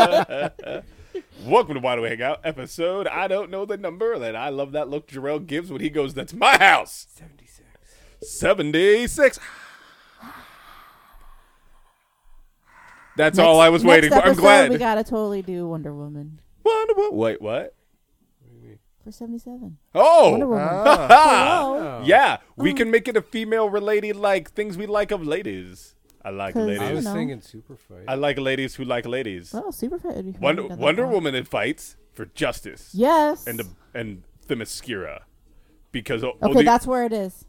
Welcome to Wide Awake Hangout, episode I don't know the number, and I love that look Jarrell gives when he goes, "That's my house." 76. 76. That's all I was waiting for. I'm glad. We gotta totally do Wonder Woman Wonder Wo- Wait, what? for seventy-seven. Wonder Oh, Woman. Hello. Mm. yeah. We can make it a female related, like things we like of ladies. I like 'Cause- I don't ladies. was know. thinking Super Fight. I like ladies who like ladies. Well, Oh, super fat would be fun. Wonder, Done that Wonder one. Woman in fights for justice Yes. and the and Themyscira because oh, okay, the- that's where it is.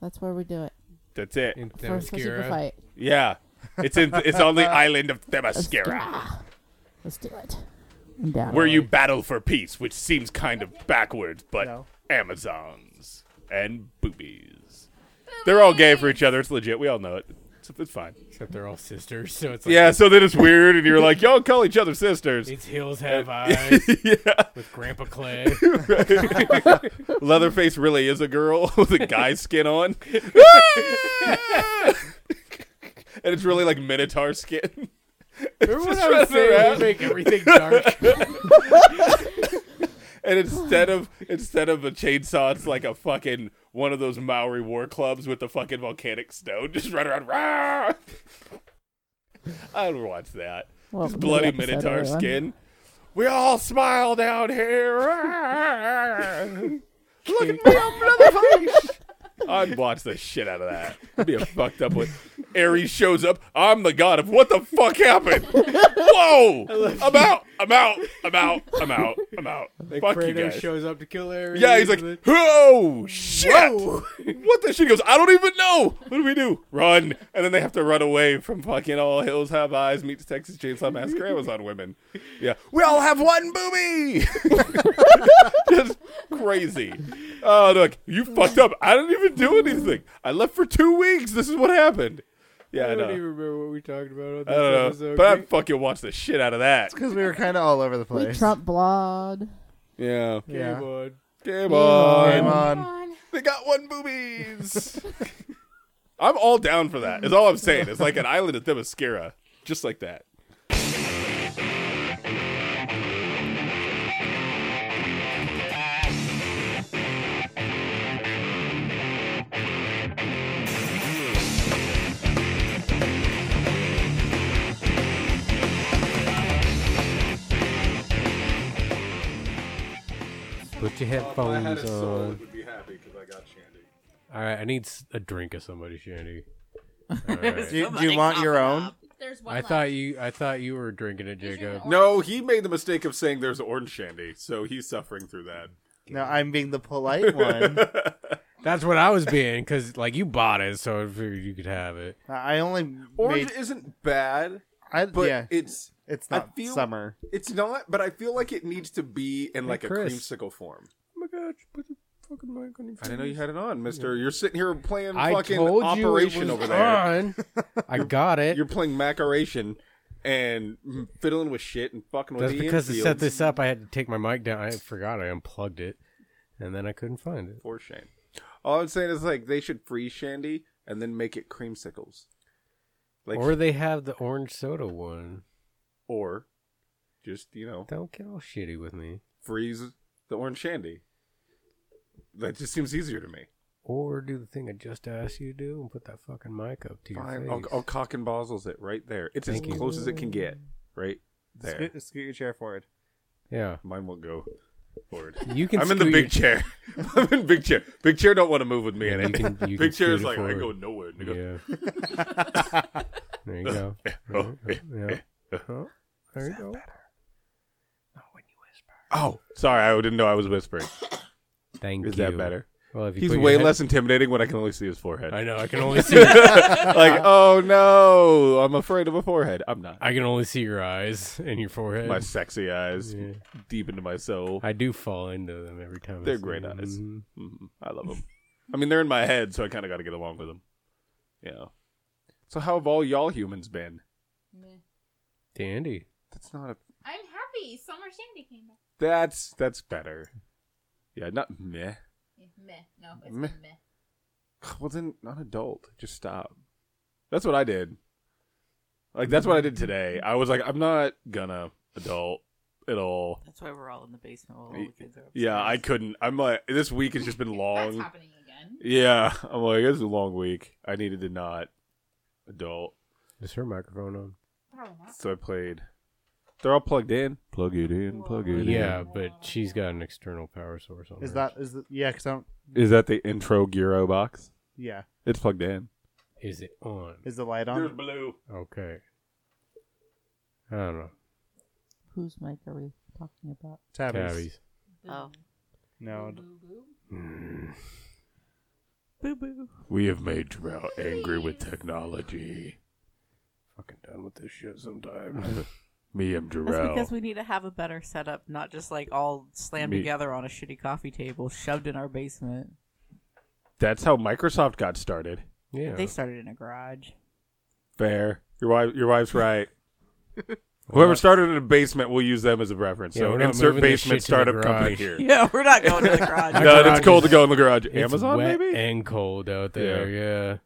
That's where we do it that's it. in for, for super Themyscira. fight. Yeah, it's in, it's on the island of Themyscira Ah, Let's do it. I'm down. where you battle for peace, which seems kind of backwards, but No. Amazons and boobies. They're all gay for each other. It's legit. We all know it. It's, it's fine. Except they're all sisters, so it's like, Yeah. So then it's weird, and you're like, y'all call each other sisters. It's Hills Have Eyes yeah. with Grandpa Clay. Leatherface really is a girl with a guy's skin on. and it's really like Minotaur skin. Remember what I running was saying? around. We make everything dark. And instead of instead of a chainsaw, it's like a fucking one of those Maori war clubs with the fucking volcanic stone just run around. Rah! I'd watch that. Welcome just to the bloody episode, Minotaur everyone. skin. We all smile down here. Rah! Look at me, I'm Leatherface. I'd watch the shit out of that. I'd be a fucked up one. Ares shows up. I'm the god of what the fuck happened? Whoa! I'm out. I'm out. I'm out. I'm out. I'm out. Like fuck you Kratos guys. shows up to kill Ares. yeah, he's like, and whoa, shit. Whoa. What the shit? He goes, I don't even know. What do we do? Run. And then they have to run away from fucking All Hills Have Eyes meets Texas Chainsaw Massacre Amazon women. Yeah. We all have one boobie. Just crazy. Oh, they're like, you fucked up. I didn't even do anything. I left for two weeks. This is what happened. Yeah, I, I don't know. even remember what we talked about on this I don't know. episode. But I fucking watched the shit out of that. Because we were kind of all over the We place. Trump blod. Yeah. Game Yeah. on. Game on. Game on. on. They got one boobies. I'm all down for that. Is all I'm saying. It's like an island of Themyscira, just like that. Put your headphones on. would be happy because I got Shandy. All right, I need s- a drink of somebody, Shandy. Do, do you want your own? There's one I thought you, I thought you were drinking it, Is your Jacob. own- No, he made the mistake of saying there's orange Shandy, so he's suffering through that. No, I'm being the polite one. That's what I was being, because like you bought it, so I figured you could have it. I only Orange made. isn't bad, I, but yeah, it's it's I not feel- summer. it's not. But I feel like it needs to be in like a Chris. creamsicle form. Oh my god, you put the fucking mic on your I didn't know you had it on, Mister. You're sitting here playing I fucking told operation you it over was there. on. I got it. You're playing maceration and fiddling with shit and fucking with That's the because to set this up, I had to take my mic down. I forgot I unplugged it, and then I couldn't find it. for Shane. All I'm saying is like they should freeze Shandy and then make it creamsicles, like or or, they have the orange soda one. just you know Don't get all shitty with me. freeze the orange Shandy. That just seems easier to me. Or do the thing I just asked you to do and put that fucking mic up to your Fine, face. I'll, I'll cock and bozzles it right there. It's Thank as you. close as it can get. Right there, Scoot, scoot your chair forward. yeah, mine won't go forward. you can. I'm in the scoot big your- chair. I'm in big chair. Big chair don't want to move with me in Yeah, it. you can- you big can chair is like scoot it I go forward. nowhere. Nigga. Yeah. there you go. Oh, Yeah. yeah. Uh-huh. There you go. Oh, sorry, I didn't know I was whispering. Thank Is you. that better? Well, if you He's put your way head- less intimidating when I can only see his forehead. I know. I can only see. like, oh no, I'm afraid of a forehead. I'm not. I can only see your eyes and your forehead. My sexy eyes Yeah. deep into my soul. I do fall into them every time. I They're see great them. eyes. Mhm. Mhm. I love them. I mean, they're in my head, so I kind of got to get along with them. Yeah. So how have all y'all humans been? Dandy. That's not a. I'm happy. Summer Shandy came back. That's that's better. Yeah, not meh. Yeah, meh. No, it's Meh. meh. meh. Well, then, not adult. Just stop. That's what I did. Like that's what I did today. I was like, I'm not gonna adult at all. That's why we're all in the basement while all the kids are upstairs. Yeah, I couldn't. I'm like, this week has just been That's long. happening again. Yeah, I'm like, this is a long week. I needed to not adult, Is her microphone on? Probably not. so I played. They're all plugged in. Plug it in. Plug it Yeah, but she's got an external power source on Is hers. that is the, yeah? Because I don't in. Is that the intro gyro box? yeah. It's plugged in. Is it on? Is the light on? blue. Okay. I don't know. Whose mic are we talking about? Tabbies. Tabbies. Oh. No. d- Boo boo. We have made Terrell angry with technology. Fucking done with this shit sometime. Me and That's Jarrell. because we need to have a better setup, not just like all slammed Me- together on a shitty coffee table, shoved in our basement. That's how Microsoft got started. yeah. They started in a garage. Fair. Your wife. Your wife's right. Whoever started in a basement, we'll use them as a reference. Yeah, so we're not insert moving this basement shit to the startup company garage. here. Yeah, we're not going to the garage. My No, garage it's cold is- to go in the garage. It's Amazon wet maybe. and cold out there. Yeah.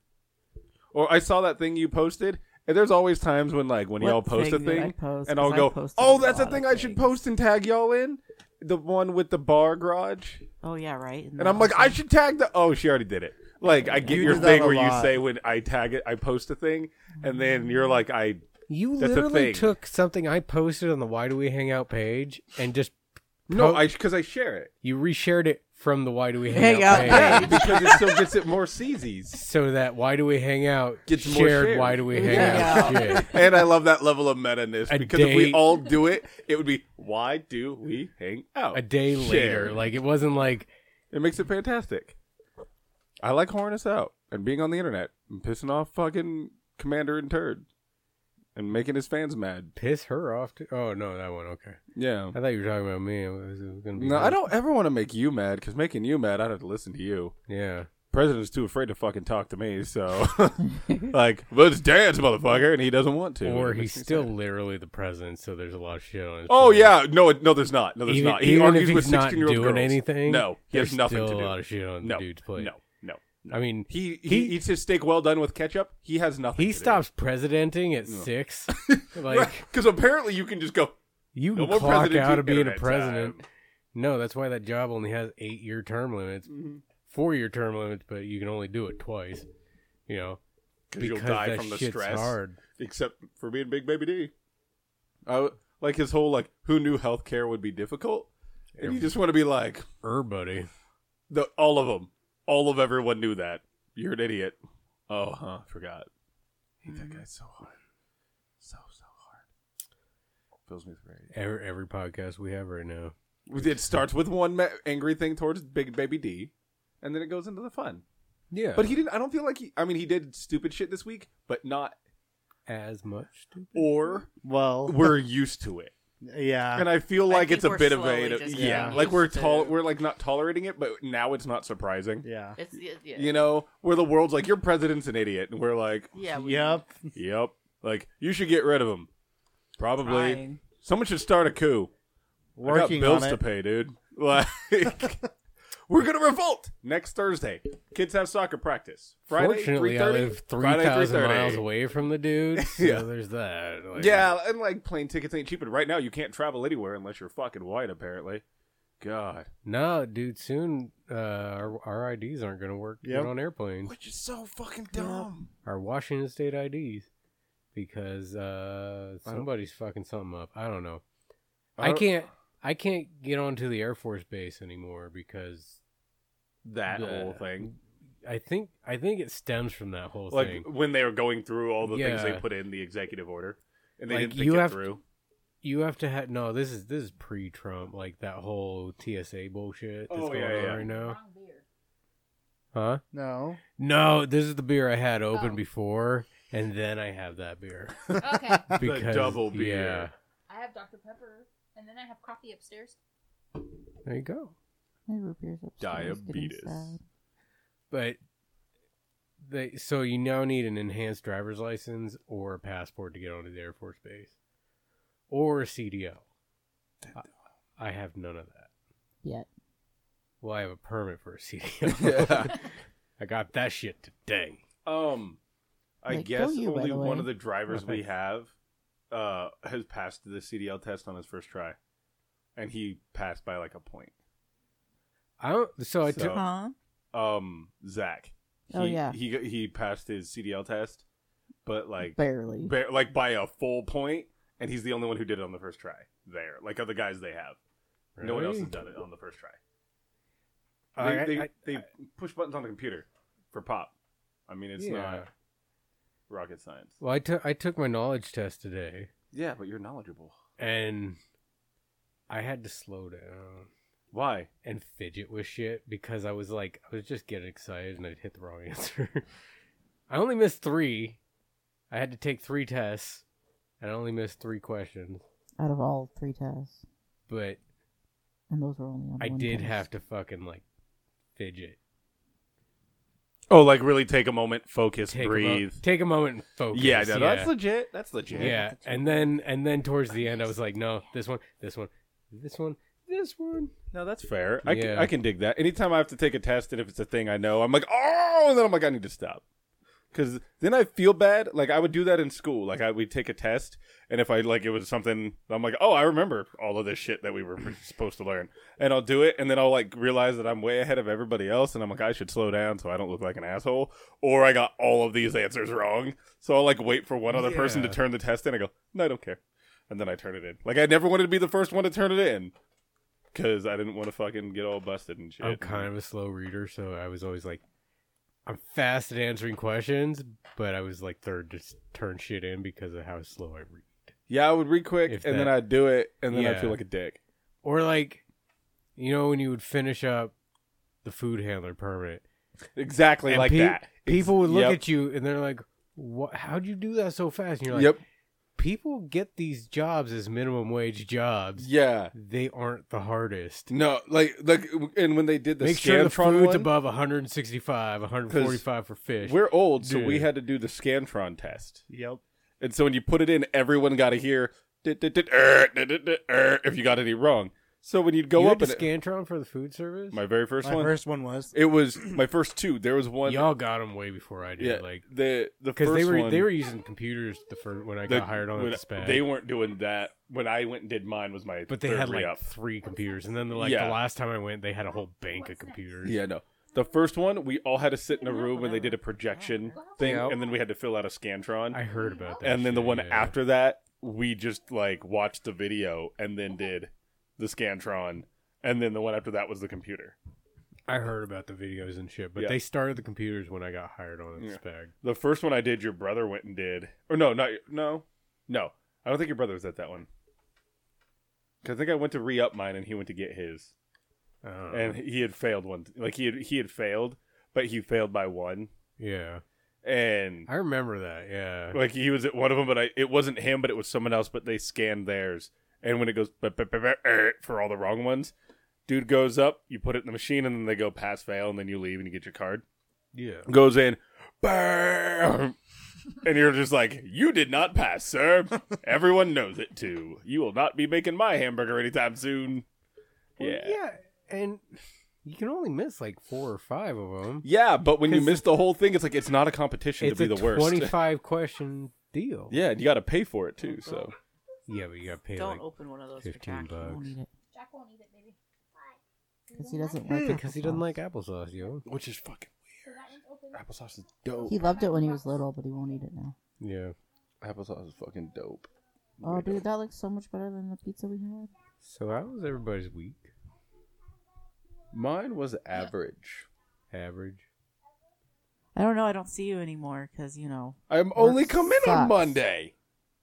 or I saw that thing you posted. And there's always times when like when What y'all post a thing did I thing, post? and I'll 'Cause I go, posted "Oh, a that's a lot of thing I should things. post and tag y'all in." The one with the bar garage, Oh yeah, right. and I'm like, "I Mm-hmm. should tag the." Oh, she already did it. Like I get You your do that thing a where you lot. say when I tag it, I post a thing, and then you're like, "I You That's a literally thing. took something I posted on the Why Do We Hang Out page and just no, Po- I because I share it." you reshared it from the Why Do We Hang, Hang Out, Out page. Yeah, because it still gets it more seasies. so that Why Do We Hang Out Gets more shared shares. Why Do We Hang Yeah. Out shit. And I love that level of meta ness A because if we date. all do it, it would be why do we hang out? A day Share. later, like it wasn't like It makes it fantastic. I like whoring us out and being on the internet and pissing off fucking Commander and Turd and making his fans mad. piss her off. To- oh no, that one. Okay, Yeah. I thought you were talking about me. I was, it was gonna be No, her. I don't ever want to make you mad because making you mad, I'd have to listen to you. Yeah, President's too afraid to fucking talk to me, so like, let's dance, motherfucker, and he doesn't want to. or It he's makes me still sad. literally the president, so there's a lot of shit on his. Oh plate. yeah, no, it- no, there's not. No, there's Even- not. He even if argues with he's not sixteen-year-old doing girls. anything, No, he has there's nothing still to do. a lot of shit on no, the dude's plate. No, no. I mean, He, he He- eats his steak well done with ketchup. He has nothing. he to do. stops presidenting at six. like because apparently you can just go. you No can more clock president out of internet being a president. time." No, that's why that job only has eight year term limits, Mm-hmm. four year term limits, but you can only do it twice. You know, 'Cause you'll because die that from the shit's stress. Hard. Except for being Big Baby D. I w- like his whole like who knew healthcare would be difficult, and you just want to be like Er, buddy. the all of them, all of everyone knew that you're an idiot. Oh, huh, forgot. Hate that guy so hard, so so hard. Fills me with rage. Every, every podcast we have right now. It starts with one ma- angry thing towards Big Baby D, and then it goes into the fun. Yeah, But he didn't. I don't feel like he. I mean, he did stupid shit this week, but not as much. stupid- or Well, we're used to it, yeah. and I feel like think it's a we're bit of slowly a just yeah. getting Like we're used to- tol- we're like not tolerating it, but now it's not surprising. Yeah. It's, yeah, yeah. You know, where the world's like your president's an idiot, and we're like, Yeah. we- Yep. yep, like you should get rid of him. Probably Trying. someone should start a coup. Working I got bills on it. to pay, dude. Like, we're gonna revolt next Thursday. Kids have soccer practice Friday. Fortunately, 3:30? I live three Friday, thousand 3:30. miles away from the dude. So Yeah. there's that. like- Yeah, and like plane tickets ain't cheap, and right now you can't travel anywhere unless you're fucking white. Apparently, God, No, dude. Soon, uh, our, our IDs aren't gonna work Yep. even on airplanes. which is so fucking dumb. Our Washington State IDs, because uh, I don't- somebody's fucking something up. I don't know. I I, don't- can't. I can't get onto the Air Force base anymore because That the- whole thing, I think I think it stems from that whole like thing. when they were going through all the things they Yeah. put in the executive order, and they Like, didn't think you it have- through. You have to have no. This is this is pre-Trump, like that whole TSA bullshit that's Oh, going yeah, on yeah. right Uh-huh. now, Wrong beer. huh? No. No, this is the beer I had open Oh. before, and then I have that beer Okay. because double beer. Yeah, I have Dr. Pepper, and then I have coffee upstairs. there you go. My root beer's upstairs getting Diabetes. sad. But they so you now need an enhanced driver's license or a passport to get onto the Air Force Base, or a CDL. I, I have none of that. Yet. Well, I have a permit for a CDL. I got that shit today. Um, Like, I go guess you, by only the one way. of the drivers we Right. have uh, has passed the CDL test on his first try, and he passed by like a point. I don't. So I So- took. Huh? Um, Zach. He, Oh, yeah. He he passed his CDL test, but like barely. ba- like by a full point, and he's the only one who did it on the first try. There, like other guys, they have no one else has Really? done it on the first try. They I- they, I- they push buttons on the computer for pop. I mean, it's Yeah. not rocket science. Well, I took I took my knowledge test today, Yeah, but you're knowledgeable. and I had to slow down Why? and fidget with shit because I was like I was just getting excited and I'd hit the wrong answer. I only missed three. I had to take three tests, and I only missed three questions. Out of all three tests, But and those were only on I one did test. have to fucking like fidget. Oh, like really take a moment, focus, Take breathe. A mo- take a moment and focus. yeah, no, that's legit. That's legit. Yeah, and then and then towards the end, I was like, no, this one, this one, this one, this one. No, that's fair. I, can, Yeah. I can dig that. Anytime I have to take a test and if it's a thing I know, I'm like, oh, and then I'm like, I need to stop. Because then I feel bad. Like I would do that in school. Like I would take a test, and if I like it was something, I'm like, oh, I remember all of this shit that we were supposed to learn, and I'll do it, and then I'll like realize that I'm way ahead of everybody else, and I'm like, I should slow down so I don't look like an asshole, or I got all of these answers wrong, so I'll like wait for one other person to Yeah. turn the test in. I go, no, I don't care, and then I turn it in. Like I never wanted to be the first one to turn it in because I didn't want to fucking get all busted and shit. I'm kind of a slow reader, so I was always like, I'm fast at answering questions, but I was like third to s- turn shit in because of how slow I read. yeah, I would read quick If and then that- I'd do it and then I Yeah. feel like a dick. Or like, you know, when you would finish up the food handler permit, Exactly And like pe- that. people would look Yep. at you and they're like, "What? How'd you do that so fast?" And you're like, yep. "People get these jobs as minimum wage jobs. Yeah. They aren't the hardest." No, like like and when they did the Make sure the Scantron food's one, above 165, 145 for fish. we're old, so we Dude. had to do the Scantron test. Yep. And so when you put it in, everyone got to hear "Dit, dit, dit, er, dit, dit, dit, er," if you got any wrong. So when you'd go you up had and to Scantron for the food service. my very first My one, first one was it was my first two. There was one. Y'all got them way before I did. yeah, like the the because first they were one, they were using computers the first when I the- got hired on when- the spec. They weren't doing that when I went and did mine. Was my but they third had like re-up. three computers, and then like Yeah. the last time I went, they had a whole bank of computers. yeah no. The first one we all had to sit in a room and they did a projection thing, Yeah. and then we had to fill out a scantron. I heard about that. and then the shit, one yeah. after that we just like watched the video and then did the scantron, and then the one after that was the computer. I heard about the videos and shit, but Yeah. they started the computers when I got hired on the Yeah. spec. The first one I did, your brother went and did, or no, not no, no. I don't think your brother was at that one. 'Cause I think I went to re up mine and he went to get his. I don't know. and he had failed one like he had he had failed but he failed by one yeah, and I remember that. Yeah, like he was at one of them but I, it wasn't him but it was someone else but they scanned theirs and when it goes "Bup, bup, bup, bup," er, for all the wrong ones dude goes up you put it in the machine and then they go pass fail and then you leave and you get your card yeah. goes in bam and you're just like you did not pass sir everyone knows it too you will not be making my hamburger anytime soon Well, yeah yeah, and you can only miss like four or five of them. Yeah, but when you 'Cause- miss the whole thing, it's like it's not a competition It's to be a the worst. twenty-five question deal. yeah, and you got to pay for it too. So yeah, but you got paid Don't like open one of those. for 15 Jack. I bucks don't need it Jack won't eat it, baby. because he doesn't Hmm. Yeah, like. because he doesn't applesauce. like applesauce, yo. which is fucking So that one's open. applesauce is dope. He loved it when he was little, but he won't eat it now. Yeah, Applesauce is fucking dope. Oh, dude, that looks so much better than the pizza we had. So that was everybody's week Mine was average. average. I don't know. I don't see you anymore because you know I'm only Work coming on sucks. Monday.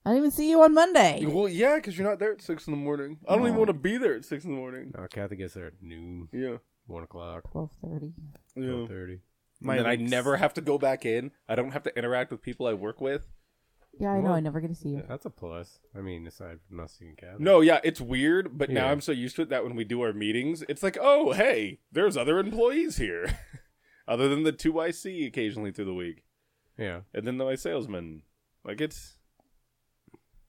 I didn't even see you on Monday. Well, yeah, because you're not there at six in the morning. I don't even want to be there at six in the morning. No, Kathy gets there at noon, Yeah, one o'clock, Twelve thirty. yeah. twelve thirty. my. and then I weeks. never have to go back in. I don't have to interact with people I work with. Yeah, I know. Well, I never get to see Uh-huh. you. That's a plus. I mean, aside from not seeing Kathy. No, yeah, it's weird, but now Yeah. I'm so used to it that when we do our meetings, it's like, oh, hey, there's other employees here, other than the two I see occasionally through the week, Yeah. and then my salesman. Like it's,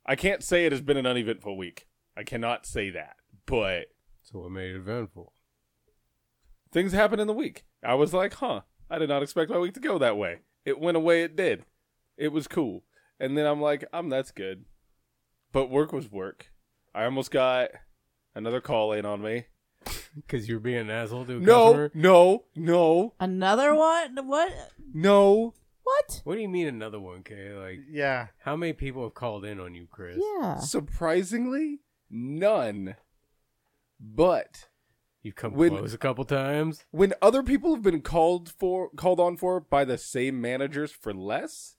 I can't say it has been an uneventful week. I cannot say that, but So what made it eventful? things happen in the week. I was like, huh, I did not expect my week to go that way. It went away. It did. It was cool. And then I'm like, um, that's good. But work was work. I almost got another call in on me. because you're being an asshole to a No, customer. no, no, Another one? What? no. What? What do you mean another one, Kay? Like, Yeah. how many people have called in on you, Chris? Yeah. Surprisingly, none. But You've come When- close a couple times. when other people have been called for called on for by the same managers for less,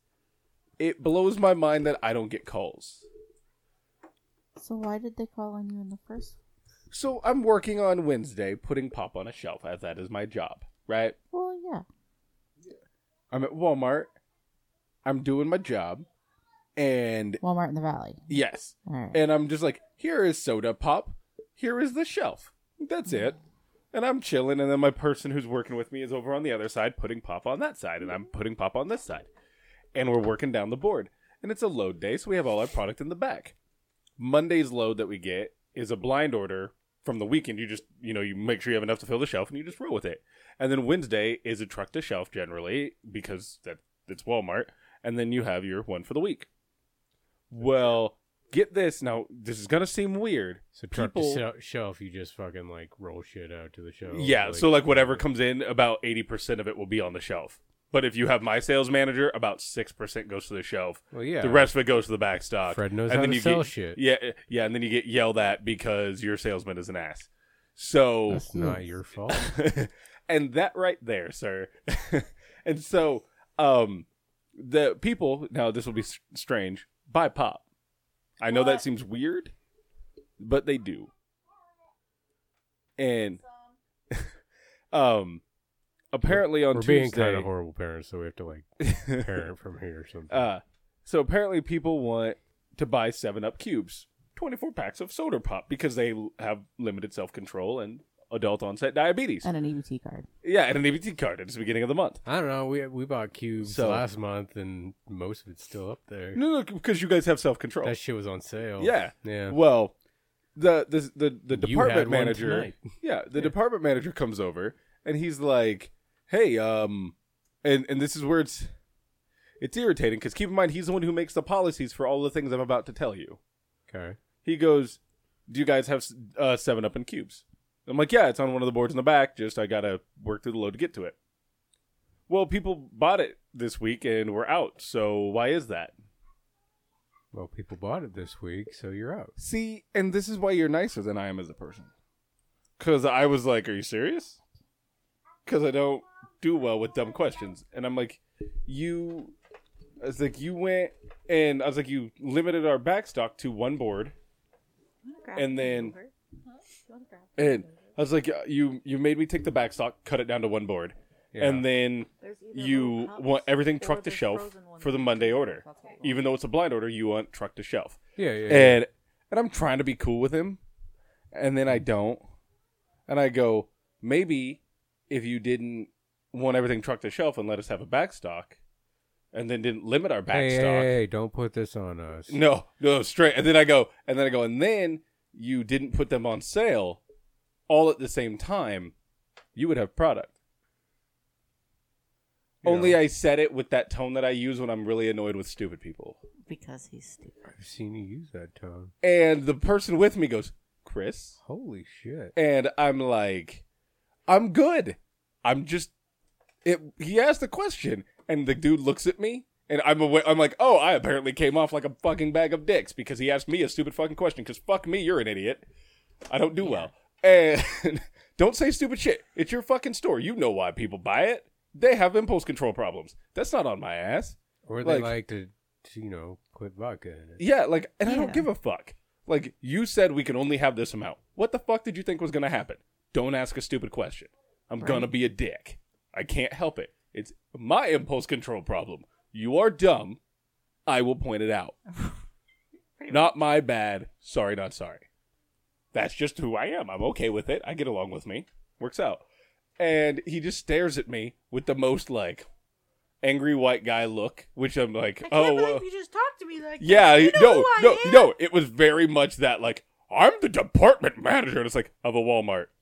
it blows my mind that I don't get calls. So why did they call on you in the first? So I'm working on Wednesday putting pop on a shelf as that is my job, right? Well, yeah. I'm at Walmart. I'm doing my job. And Walmart in the Valley. yes, All right. and I'm just like, here is soda pop, here is the shelf. That's it. And I'm chilling, and then my person who's working with me is over on the other side putting pop on that side, and I'm putting pop on this side. And we're working down the board. And it's a load day, so we have all our product in the back. Monday's load that we get is a blind order from the weekend. You just, you know, you make sure you have enough to fill the shelf and you just roll with it. And then Wednesday is a truck to shelf generally because that it's Walmart. And then you have your one for the week. Well, get this. Now, this is going to seem weird. So truck People- to shel- shelf, you just fucking like roll shit out to the shelf. Yeah, so like whatever comes in, about 80% of it will be on the shelf. But if you have my sales manager, about 6% goes to the shelf. Well, yeah. The rest of it goes to the back stock. Fred knows how to you sell get, shit. Yeah, eh, yeah, and then you get yelled at because your salesman is an ass. So That's not your fault. and that right there, sir. and so, um, the people now this will be s- strange buy pop. I know that seems weird, but they do. And, um, apparently on We're Tuesday, being kind of horrible parents, so we have to like parent from here or something. uh, so apparently people want to buy Seven Up cubes, twenty-four packs of soda pop because they l- have limited self-control and adult onset diabetes. And an EBT card. yeah, and an EBT card. It's the beginning of the month. I don't know. We we bought cubes So- last month, and most of it's still up there. No, no, because you guys have self control. That shit was on sale. Yeah. yeah. Well, the the the, the You had department one manager. tonight. Yeah, the department manager comes over and he's like, "Hey, um, and and this is where it's it's irritating because keep in mind he's the one who makes the policies for all the things I'm about to tell you." Okay. He goes, "Do you guys have uh, Seven Up and cubes?" I'm like, "Yeah, it's on one of the boards in the back. Just I gotta work through the load to get to it." Well, people bought it this week and we're out. So why is that? Well, people bought it this week, so you're out. See, and this is why you're nicer than I am as a person. Cause I was like, "Are you serious?" Cause I don't do well with dumb questions, and I'm like, "You," I was like, "You went," and I was like, "You limited our back stock to one board," and then, and I was like, "You you made me take the back stock, cut it down to one board, Yeah. and then you want everything truck to shelf for the Monday order, even though it's a blind order, you want truck to shelf." Yeah, yeah. yeah. and and I'm trying to be cool with him, and then I don't, and I go maybe if you didn't want everything trucked to shelf and let us have a back stock, and then didn't limit our back hey, hey, stock. hey, don't put this on us. No, no, straight. And then I go, and then I go, and then you didn't put them on sale all at the same time. You would have product. You Only know, I said it with that tone that I use when I'm really annoyed with stupid people. because he's stupid. I've seen you use that tone. And the person with me goes, Chris, Holy shit. and I'm like, I'm good. I'm just. It. He asked the question, and the dude looks at me, and I'm away. I'm like, oh, I apparently came off like a fucking bag of dicks because he asked me a stupid fucking question. Because fuck me, you're an idiot. I don't do well. And don't say stupid shit. It's your fucking store. You know why people buy it. They have impulse control problems. That's not on my ass. Or they Like- like, to, to, you know, put vodka in it. Yeah, like, and I don't Yeah. give a fuck. Like, you said we can only have this amount. What the fuck did you think was going to happen? Don't ask a stupid question. I'm going to be a dick. I can't help it. It's my impulse control problem. You are dumb. I will point it out. not my bad. Sorry, not sorry. That's just who I am. I'm okay with it. I get along with me. Works out. And he just stares at me with the most, like, angry white guy look, which I'm like, oh, uh, you just talked to me like yeah, no, no, no. It was very much that like I'm the department manager, and it's like of a Walmart.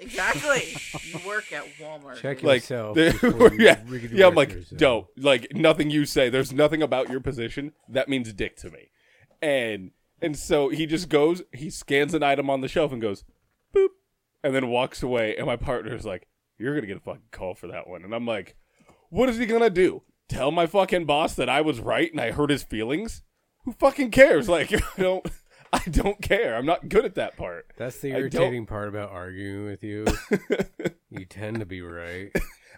Exactly. you work at Walmart. Check dude. Like, yourself. the- before you yeah. riggedy Yeah, I'm wreck like, yourself. dope. Like nothing you say. There's nothing about your position that means dick to me. And and so he just goes, he scans an item on the shelf and goes, boop, and then walks away. And my partner's like, You're gonna get a fucking call for that one. And I'm like, What is he gonna do? Tell my fucking boss that I was right and I hurt his feelings? Who fucking cares? Like, I don't I don't care. I'm not good at that part. That's the I don't- irritating part about arguing with you. you tend to be right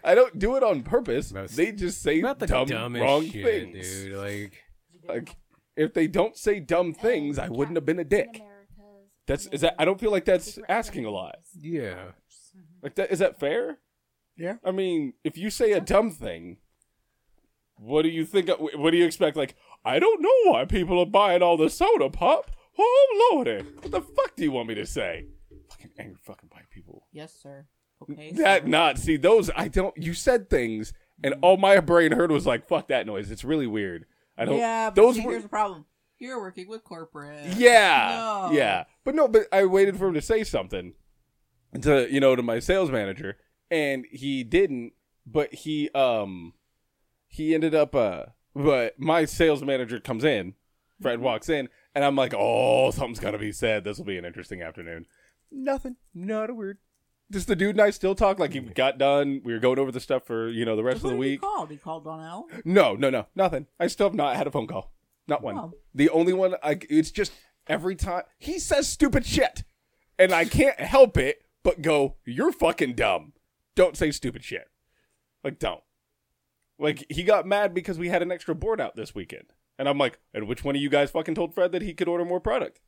I don't do it on purpose. Most- they just say about the dumb, dumbest wrong shit, things. dude. Like, like if they don't say dumb things, I wouldn't have been a dick. That's is that I don't feel like that's asking a lot. yeah, Like that is that fair? Yeah. I mean, if you say a dumb thing, what do you think? uh, What do you expect? Like I don't know why people are buying all the soda pop. Oh lordy, what the fuck do you want me to say? Fucking angry fucking white people. Yes, sir. Okay. That sir. not see those I don't. You said things, and all my brain heard was like, "Fuck that noise." It's really weird. I don't. Yeah, but those see, were- here's the problem. You're working with corporate. Yeah. No. Yeah. But no, but I waited for him to say something to, you know, to my sales manager and he didn't, but he um he ended up uh but my sales manager comes in, Fred walks in, and I'm like, "Oh, something's got to be said. This will be an interesting afternoon." Nothing. Not a word. Just the dude and I still talk like he got done. We were going over the stuff for, you know, the rest Who of the did He week. called. He called Donnell. No, no, no, nothing. I still have not had a phone call. Not one. Oh. The only one I it's just every time he says stupid shit. And I can't help it but go, You're fucking dumb. Don't say stupid shit. Like don't. Like he got mad because we had an extra board out this weekend. And I'm like, and which one of you guys fucking told Fred that he could order more product?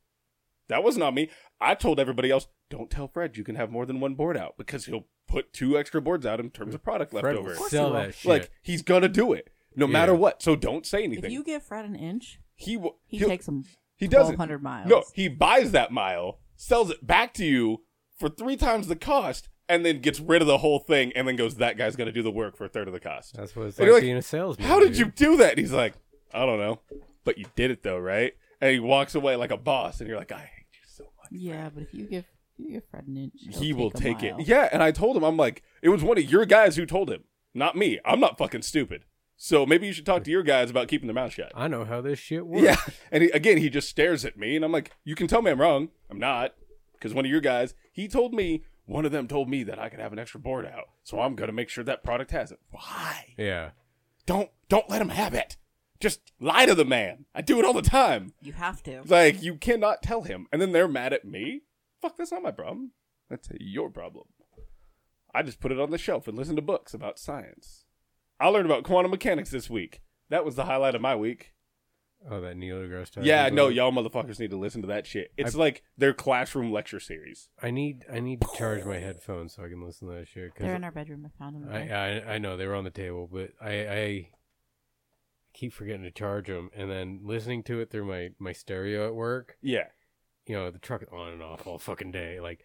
That was not me. I told everybody else, don't tell Fred you can have more than one board out because he'll put two extra boards out in terms of product left Fred over. will sell that shit. Like he's gonna do it no Yeah. matter what. So don't say If anything. you give Fred an inch, he w- he he'll- takes him he doesn't. 1,200 miles. No, he buys that mile, sells it back to you for three times the cost, and then gets rid of the whole thing, and then goes, "That guy's gonna do the work for a third of the cost." that's what it's And like, you're like, being a salesman. How did dude. you do that? And he's like, "I don't know, but you did it though, right?" And he walks away like a boss, and you're like, "I hate you so much." Yeah, but if you give you give Fred an inch, he'll he will take a mile. it. Yeah, and I told him, I'm like, it was one of your guys who told him, not me. I'm not fucking stupid. So maybe you should talk to your guys about keeping their mouth shut. I know how this shit works. Yeah. And he, again, he just stares at me, and I'm like, you can tell me I'm wrong. I'm not. Because one of your guys, he told me, one of them told me that I could have an extra board out. So I'm going to make sure that product has it. Why? yeah. Don't, don't let him have it. Just lie to the man. I do it all the time. You have to. Like, you cannot tell him. And then they're mad at me. Fuck, that's not my problem. That's your problem. I just put it on the shelf and listen to books about science. I learned about quantum mechanics this week. That was the highlight of my week. Oh, that Neil deGrasse Tyson. Yeah, no, book. y'all motherfuckers need to listen to that shit. It's like their classroom lecture series. I need I need to charge my headphones so I can listen to that shit. They're Cause in our bedroom. I found them. I, I I know they were on the table, but I I keep forgetting to charge them, and then listening to it through my my stereo at work. Yeah. you know the truck on and off all fucking day like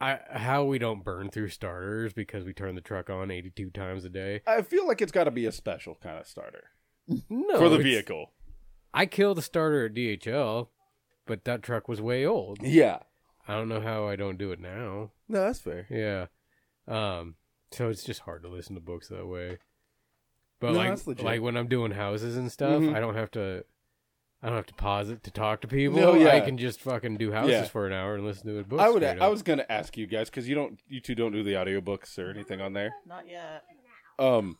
I, how we don't burn through starters because we turn the truck on 82 times a day I feel like it's got to be a special kind of starter no for the it's- vehicle. i killed a starter at dhl but that truck was way old Yeah. i don't know how i don't do it now No, that's fair. yeah um so it's just hard to listen to books that way but No, that's like legit. like when i'm doing houses and stuff Mhm. i don't have to I don't have to pause it to talk to people. No, yeah. I can just fucking do houses Yeah. for an hour and listen to a book. I would. straight I up. was gonna ask you guys because you don't. You two don't do the audiobooks or anything on there. Not yet. Um,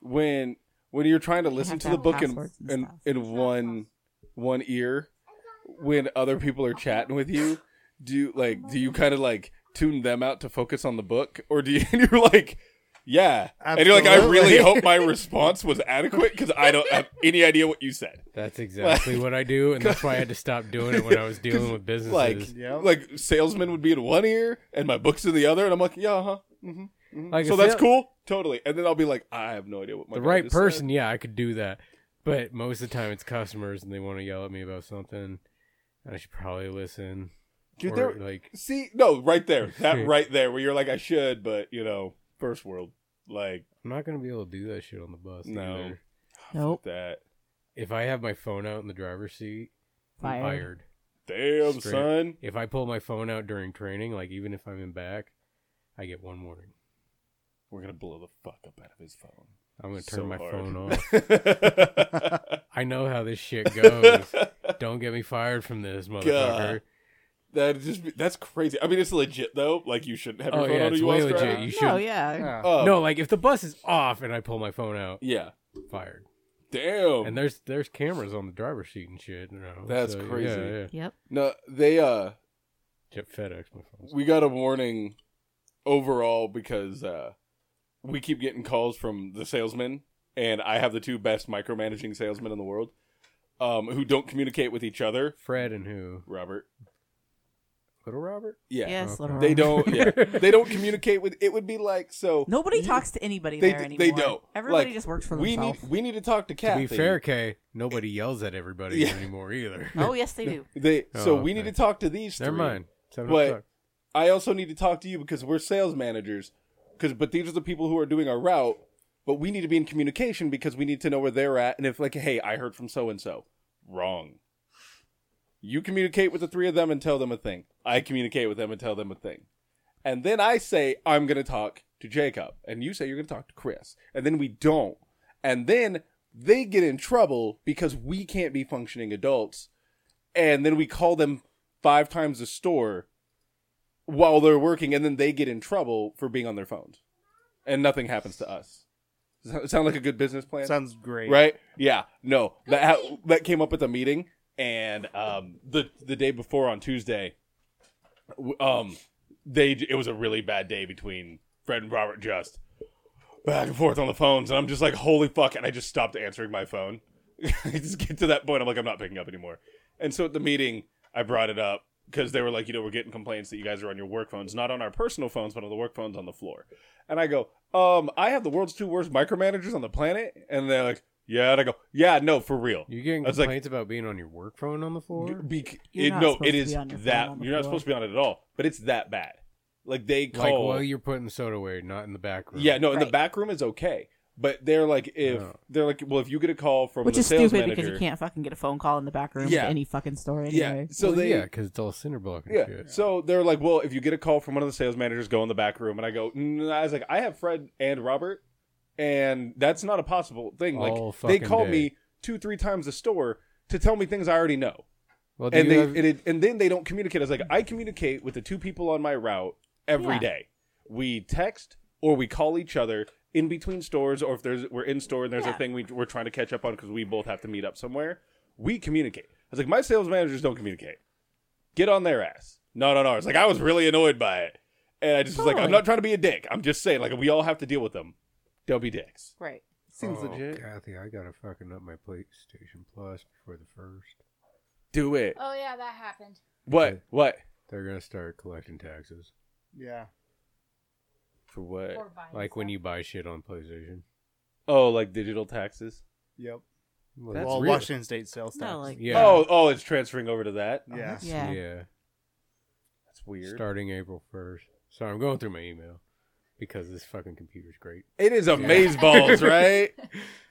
when when you're trying to listen have to the to have book in passwords and in, stuff. in one one ear, when other people are chatting with you, do you, like do you kind of like tune them out to focus on the book, or do you? And you're like, yeah, and you're like, I Absolutely. really hope my response was adequate because I don't have any idea what you said. That's exactly what I do, and that's why I had to stop doing it when I was dealing with businesses. Like, Yeah. like salesman would be in one ear and my book's in the other, and I'm like, yeah, huh. hmm Like, so if that's the- cool, totally. And then I'll be like, I have no idea what my The guy right just said. person, yeah, I could do that. But most of the time, it's customers, and they want to yell at me about something. and I should probably listen. Dude, Or, there- like, See, no, right there. That right there where you're like, I should, but, you know, first world. Like, I'm not gonna be able to do that shit on the bus. No. either. Nope. that. If I have my phone out in the driver's seat, I'm Fired. fired. Damn, Straight. son. If I pull my phone out during training, like even if I'm in back, I get one warning. We're going to blow the fuck up out of his phone. I'm gonna turn So my hard. phone off. I know how this shit goes. Don't get me fired from this, motherfucker. that is just that's crazy. I mean, it's legit though. Like you shouldn't have your Oh, phone yeah, on it's you way while legit. driving. You should. No, yeah. Yeah. Oh, No, like if the bus is off and I pull my phone out, yeah. fired. Damn. And there's there's cameras on the driver's seat and shit. You know, Oh. That's so, crazy. Yeah, yeah. Yep. no, they uh, Jet FedEx my phone. we got a warning overall because uh, we keep getting calls from the salesmen, and I have the two best micromanaging salesmen in the world, um, who don't communicate with each other. Fred and who? Robert. Little Robert. Yeah. Yes, okay. little They Rock. don't. Yeah. they don't communicate with. It would be like so. Nobody you- talks to anybody They there d- anymore. they don't. Everybody Like, just works for We need. themselves. We need to talk to To Kathy. be fair, Kay, nobody yells at everybody Yeah. anymore either. Oh yes, they do. They. so Oh, we need okay. to talk to these. Never three. mind. Seven But- o'clock. I also need to talk to you because we're sales managers. Because but these are the people who are doing our route. But we need to be in communication because we need to know where they're at. And if like, hey, I heard from so and so, wrong. You communicate with the three of them and tell them a thing. I communicate with them and tell them a thing. And then I say I'm going to talk to Jacob, and you say you're going to talk to Chris, and then we don't. And then they get in trouble because we can't be functioning adults. And then we call them five times a store while they're working, and then they get in trouble for being on their phones, and nothing happens to us. Does that sound like a good business plan? Oh, Sounds great. right? Yeah. No, that ha- that came up at the meeting, and um, the the day before on Tuesday, w- um, they it was a really bad day between Fred and Robert just back and forth on the phones, and I'm just like, holy fuck, and I just stopped answering my phone. I just get to that point, I'm like, I'm not picking up anymore. And so at the meeting, I brought it up because they were like, you know, we're getting complaints that you guys are on your work phones, not on our personal phones, but on the work phones on the floor. And I go, um, I have the world's two worst micromanagers on the planet, and they're like, yeah, and I go, yeah, no, for real. You getting I was like- complaints about being on your work phone on the floor? Bec- You're it- not no, supposed it to is be on your phone that on the you're not floor. supposed to be on it at all, but it's that bad. Like they Like call, while you're putting soda away, not in the back room. yeah, no, in the Right. back room is okay, but they're like, if Yeah. they're like, well, if you get a call from Which the is sales stupid because you manager- can't fucking get a phone call in the back room Yeah. of any fucking store yeah, anyway. so Well, they, yeah, because it's all cinder block and Yeah. shit. So they're like, well, if you get a call from one of the sales managers, go in the back room. And I go, mm, I was like, I have Fred and Robert, and that's not a possible thing. All Like they fucking call day. me two, three times a store to tell me things I already know, Well, do and you they have- and, it, and then they don't communicate. I was like, I communicate with the two people on my route every Yeah. day. We text or we call each other in between stores, or if there's we're in store and there's a Yeah. thing we, we're trying to catch up on because we both have to meet up somewhere. We communicate. I was like, my sales managers don't communicate get on their ass. Not on ours. Like I was really annoyed by it, and I just was like, I'm Totally. not trying to be a dick. I'm just saying, like we all have to deal with them. Don't be dicks. Right. Seems Oh, legit. Kathy, I gotta fucking up my PlayStation Plus before the first. Do it. Oh yeah, that happened. What? What? They're gonna start collecting taxes, Yeah. For what? Or buying like when stuff. you buy shit on PlayStation. Oh, like digital taxes. Yep. Well, That's well, real. Washington State sales tax. No, like yeah, Oh, oh, it's transferring over to that. Yeah. that's, yeah. yeah. that's weird. Starting April first. Sorry, I'm going through my email because this fucking computer's great. It is amaze balls, right?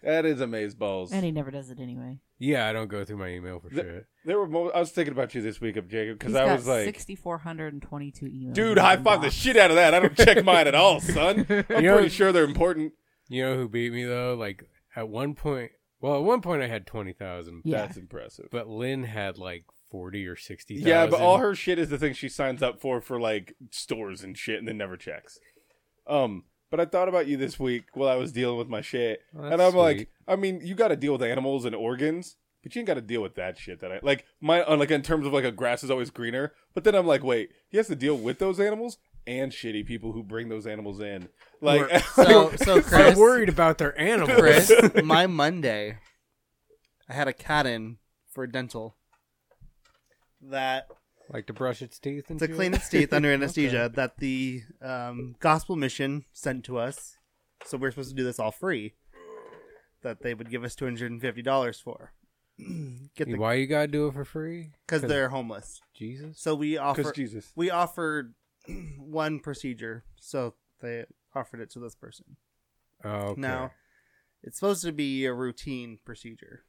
that is amaze balls. And he never does it anyway. Yeah, I don't go through my email for The- shit. There were. Mo- I was thinking about you this week, up Jacob, because He's I got was like, 6,422 emails. dude, in high his five the inbox. shit out of that. I don't check mine at all, son. I'm You know- pretty sure they're important. You know who beat me though? Like at one point, well, at one point I had twenty thousand, Yeah. That's impressive. but Lynn had like forty or sixty. Yeah, but all her shit is the thing she signs up for for like stores and shit, and then never checks. Um, but I thought about you this week while I was dealing with my shit, Oh, that's and I'm sweet. like, I mean, you got to deal with animals and organs, but you ain't got to deal with that shit that I like. My uh, like in terms of like a grass is always greener, but then I'm like, wait, he has to deal with those animals and shitty people who bring those animals in. Like, So, so Chris, I'm worried about their animals. Chris, my Monday, I had a cat in for dental. That like to brush its teeth and to clean its teeth under anesthesia that the um, gospel mission sent to us. So we're supposed to do this all free. That they would give us two hundred and fifty dollars for. Get the Why you gotta do it for free? because they're homeless. Jesus. So we because offer Jesus, we offered one procedure. So they offered it to this person. Oh, okay. Now, it's supposed to be a routine procedure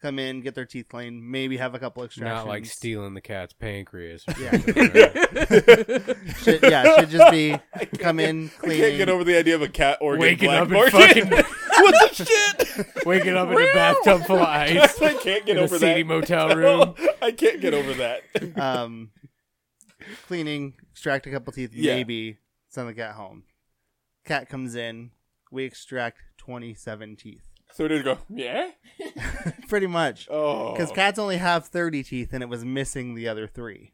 come in, get their teeth cleaned, maybe have a couple extractions. Not like stealing the cat's pancreas. or Yeah. something, right? Should, yeah, should just be come in, I clean. can't get over the idea of a cat organ Waking black up and market. fucking what the shit? waking up in a bathtub full of ice I can't get in a over seedy that. motel room. I can't get over that. um, cleaning, extract a couple teeth, Yeah. maybe send the cat home. Cat comes in, we extract twenty-seven teeth, So we just go, yeah? pretty much, Oh. because cats only have thirty teeth, and it was missing the other three.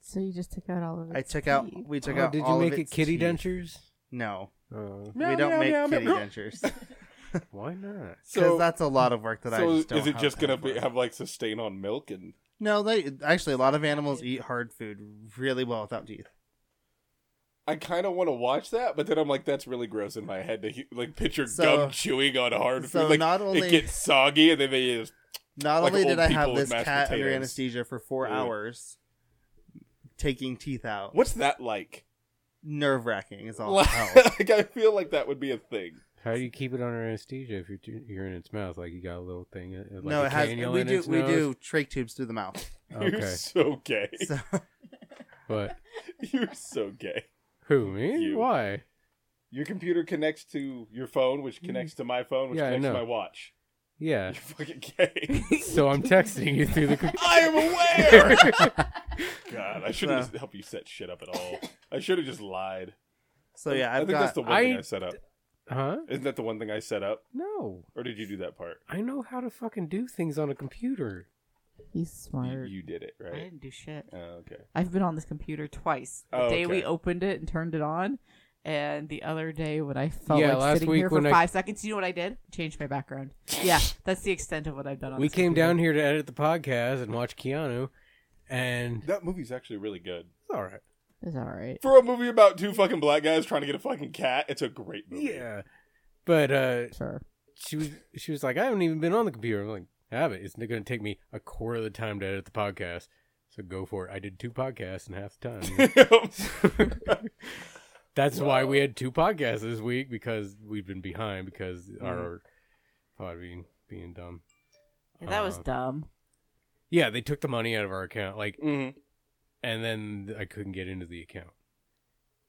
So you just took out all of it. I took out, we took Oh, out. did you all of make it its kitty teeth. dentures? No, Uh, Oh, we don't make kitty dentures because why not? So, that's a lot of work that I so just don't is it have just time going to for. have like sustain on milk? And No, they actually a lot of animals eat hard food really well without teeth. I kind of want to watch that, but then I'm like, that's really gross in my head to he- like picture So- gum chewing on hard so food. Like, not only- it gets soggy and then they just. Not Like only old did I people have with this mashed cat under potatoes. anesthesia for four Ooh. hours, taking teeth out, What's that like? nerve wracking is all. Oh. hell. like, I feel like that would be a thing. How do you keep it under anesthesia if you're, t- you're in its mouth? Like you got a little thing, uh, like no, a it has. cannula We in do its we nose? do trach tubes through the mouth. You're Okay, so gay. So, but You're so gay. who me? You. Why? Your computer connects to your phone, Mm. which connects to my phone, which Yeah, I connects to know. my watch. Yeah. You're fucking gay. So I'm texting you through the computer. I am aware. God, I shouldn't So- just help you set shit up at all. I should have just lied. so yeah, I I've think got. that's the one I- thing I set up. Huh? Isn't that the one thing I set up? No. Or did you do that part? I know how to fucking do things on a computer. He's You, smart. you did it, I right? didn't do shit. Oh, okay. I've been on this computer twice. The Oh, day we okay. opened it and turned it on, and the other day when I felt Yeah, like last sitting week here for when I- five seconds. You know what I did? Changed my background. Yeah, that's the extent of what I've done. on we this came computer. down here to edit the podcast and watch Keanu, and That movie's actually really good. it's all right. It's all right. For a movie about two fucking black guys trying to get a fucking cat, it's a great movie. Yeah, but uh, Sure. she was she was like, I haven't even been on the computer. I'm like, have it. It's going to take me a quarter of the time to edit the podcast. So go for it. I did two podcasts in half the time. That's why we had two podcasts this week because we've been behind because Mm-hmm. our Podbean being dumb. Yeah, that was Uh, dumb. Yeah, they took the money out of our account. Like Mhm. and then I couldn't get into the account.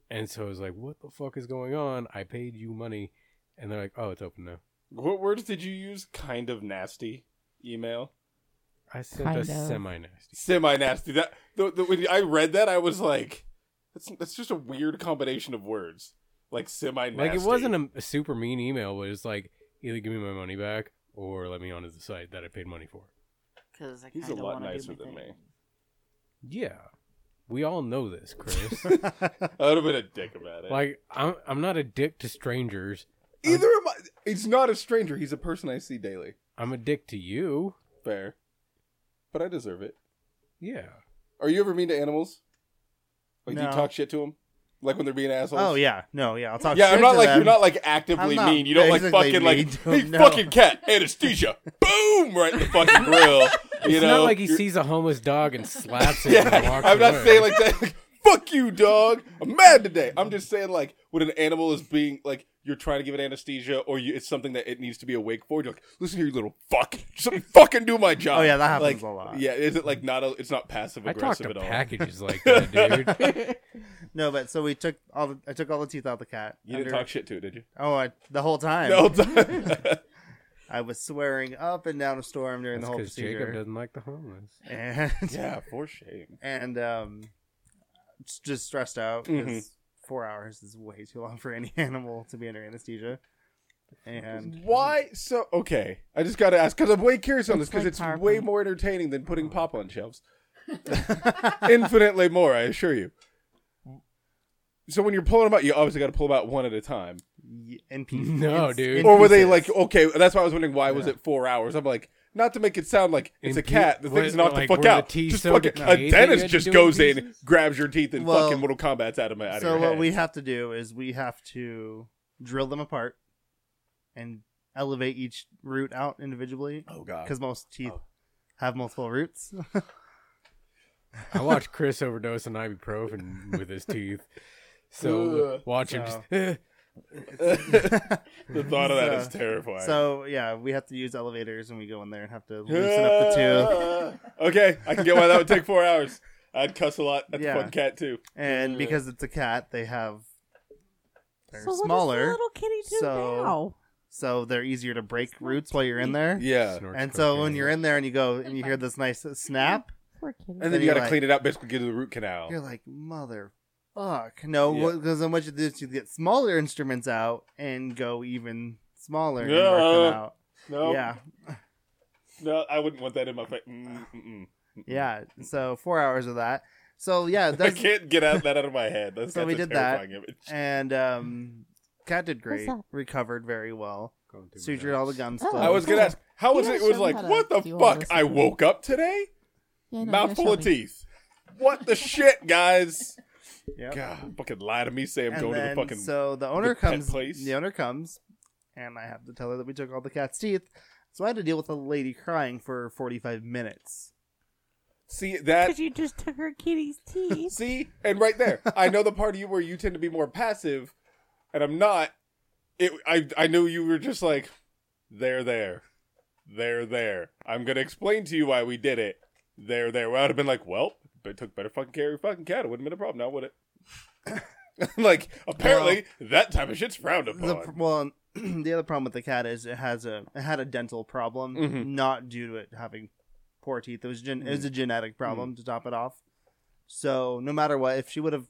And so I was like, "What the fuck is going on? I paid you money." And they're like, "Oh, it's open now." What words did you use? Kind of nasty email. I sent Kind a of. semi nasty. Semi nasty. That the, the, when I read that, I was like, that's that's just a weird combination of words. Like semi nasty. Like it wasn't a, a super mean email, but it's like either give me my money back or let me onto the site that I paid money for. Because I He's a kinda lot wanna do nicer my than thing. me. Yeah, we all know this, Chris. I would have been a dick about it. like I'm, I'm not a dick to strangers. Either am I. It's not a stranger. He's a person I see daily. I'm a dick to you. Fair. But I deserve it. Yeah. Are you ever mean to animals? Like, do you No. talk shit to them? Like when they're being assholes? oh yeah, no, yeah, I'll talk. Yeah, shit I'm not to like them. you're not like actively I'm not mean. You don't like physically fucking mean like to hey him, no. fucking cat anesthesia, boom, right in the fucking grill. You it's know, not like he You're- sees a homeless dog and slaps it. and Yeah, walks I'm not away. saying like that. like, Fuck you, dog. I'm mad today. I'm just saying like when an animal is being like you're trying to give it anesthesia or you, it's something that it needs to be awake for. You're like, listen here, you little fuck. Just let me fucking do my job. Oh, yeah, that Like, happens a lot. Yeah, is it like not? A, it's not passive I talked aggressive to at all. packages like that, dude. No, but so we took all. The, I took all the teeth out the cat. You didn't under- talk shit to it, did you? Oh, I, the whole time. No. time. I was swearing up and down a storm during That's the whole because Jacob procedure. doesn't like the homeless. And yeah, for shame. and um, s- just stressed out Mm-hmm. because Mhm. four hours is way too long for any animal to be under anesthesia. And Why? So okay, I just got to ask because I'm way curious on this It's because like it's, way PowerPoint. more entertaining than putting pop on shelves. Infinitely more, I assure you. So when you're pulling them out, you obviously got to pull them out one at a time. y- in pieces, No, It's dude. in Or were they pieces. like okay? That's why I was wondering why was it four hours? I'm like. Not to make it sound like it's In a cat, the pe- thing's what- knocked the like, fuck were the out. teeth just so fucking a decayed that you dentist had to just do it in goes in, pieces? grabs your teeth, and Well- fucking Mortal Kombat's out of, my, out of So your what head. we have to do is we have to drill them apart and elevate each root out individually oh god, because most teeth have multiple roots. I watched Chris overdose on ibuprofen with his teeth. So Ugh. watch him So- just. The thought of that is So- terrifying. uh, so yeah, we have to use elevators, and we go in there and have to loosen up the tooth. okay, I can get why that would take four hours. I'd cuss a lot at Yeah. the fucking cat too. And because it's a cat, they have they're so What does the smaller, little kitty do so- now? so they're easier to break roots while you're in there. Yeah, Snorts And so when cocaine. you're in there and you go and you hear this nice snap, Poor kitty. and Then then you got to you're clean it out, basically get to the root canal. you're like, mother fuck. No, Yeah. because then what you do is you get smaller instruments out and go even smaller and Yeah. work them out. No, Yeah. no, I wouldn't want that in my face. Mm, mm, mm. Yeah. So four hours of that. So yeah, I that's can't get out that out of my head. That's, So that's we a did that. terrifying Image. and um Cat did What's great, that? recovered very well, Going through my sutured notes. all the guns Oh. still. I was gonna ask, how was You it? gotta It was show 'em like, how to what the do all fuck? this I stuff. woke up today, Yeah, I know, you're mouthful gonna of show me. teeth. What the shit, guys? Yep. God, fucking lie to me, say I'm and going to then, the fucking. so the owner pet comes. place. The owner comes, and I have to tell her that we took all the cat's teeth. So I had to deal with a lady crying for forty-five minutes. see that? Because you just took her kitty's teeth. See, and right there, I know the part of you where you tend to be more passive, and I'm not. It, I, I knew you were just like, they're there, they're there. I'm gonna explain to you why we did it. They're there. Well, I'd have been like, well, but took better fucking care of your fucking cat. It wouldn't have been a problem now, would it? like, apparently, that type of shit's frowned upon. The, pr- well, the other problem with the cat is it has a it had a dental problem, Mhm. not due to it having poor teeth. It was gen- it was Mm. a genetic problem to top it off. So no matter what, if she would have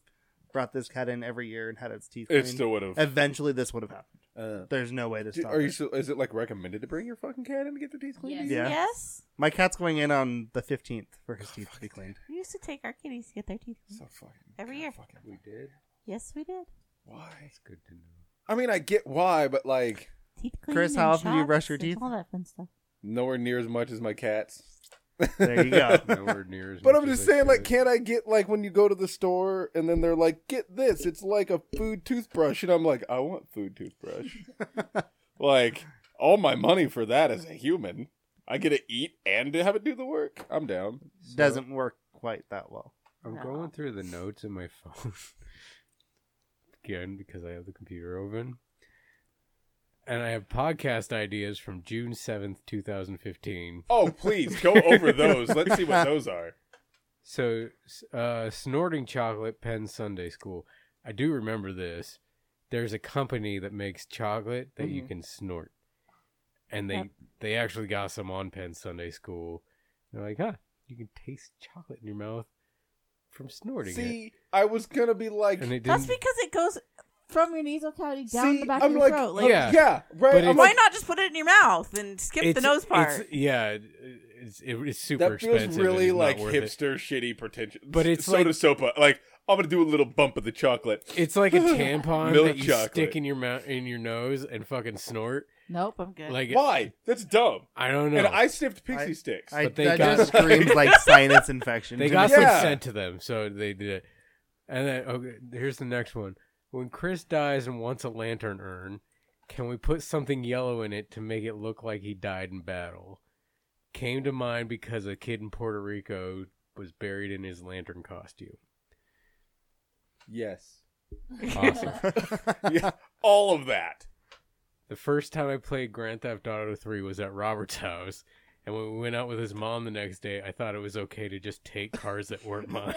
brought this cat in every year and had its teeth, it cleaned, still would have. eventually this would have happened. Uh, There's no way to stop. are you? it. Still, is it like recommended to bring your fucking cat in to get their teeth cleaned? Yes. Yeah. Yes. My cat's going in on the fifteenth for Oh, his teeth to be cleaned. We used to take our kitties to get their teeth cleaned. So fucking Every year. Fucking We did. Yes, we did. why? It's good to know. I mean, I get why, but like. Teeth cleaning. Chris, how and often do you brush your shots and teeth? All that fun stuff. nowhere near as much as my cats. There you go. Nowhere near as But I'm much as just I saying, like, should. can't I get like when you go to the store and then they're like, "Get this, it's like a food toothbrush," and I'm like, "I want food toothbrush." like, all my money for that as a human, I get to eat and to have it do the work. I'm down. Doesn't work quite that well. I'm No. going through the notes in my phone again because I have the computer open. And I have podcast ideas from June 7th, 2015. Oh, please go over those. Let's see what those are. So, s- uh, Snorting Chocolate Penn Sunday School. I do remember this. There's a company that makes chocolate that you can snort. And they Mm-hmm. Yep. they actually got some on Penn Sunday School. They're like, huh, you can taste chocolate in your mouth from snorting it. See, I was gonna be like, And they That's didn't- because it goes from your nasal cavity down see, the back I'm of your like, throat. uh, Like, Yeah. yeah, right. But I'm it's- why like, not just put it in your mouth and skip the It's- nose part? It's, yeah, it- it's, it- it's super that feels expensive. really it's not like worth it. hipster, shitty, pretentious. But it's soda like- sopa. Like I'm gonna do a little bump of the chocolate. It's like a tampon Milk that you chocolate. stick in your mouth, in your nose, and fucking snort. Nope, I'm good. Like Why? That's dumb. I don't know. And I sniffed pixie I- sticks. I, But they that got- just screams like sinus infection. they to got me. Yeah. some sent to them, so they did it. And then okay, here's the next one. When Chris dies and wants a lantern urn, can we put something yellow in it to make it look like he died in battle? Came to mind because a kid in Puerto Rico was buried in his lantern costume. yes. Awesome. yeah, all of that. The first time I played Grand Theft Auto 3 was at Robert's house, and when we went out with his mom the next day, I thought it was okay to just take cars that weren't mine.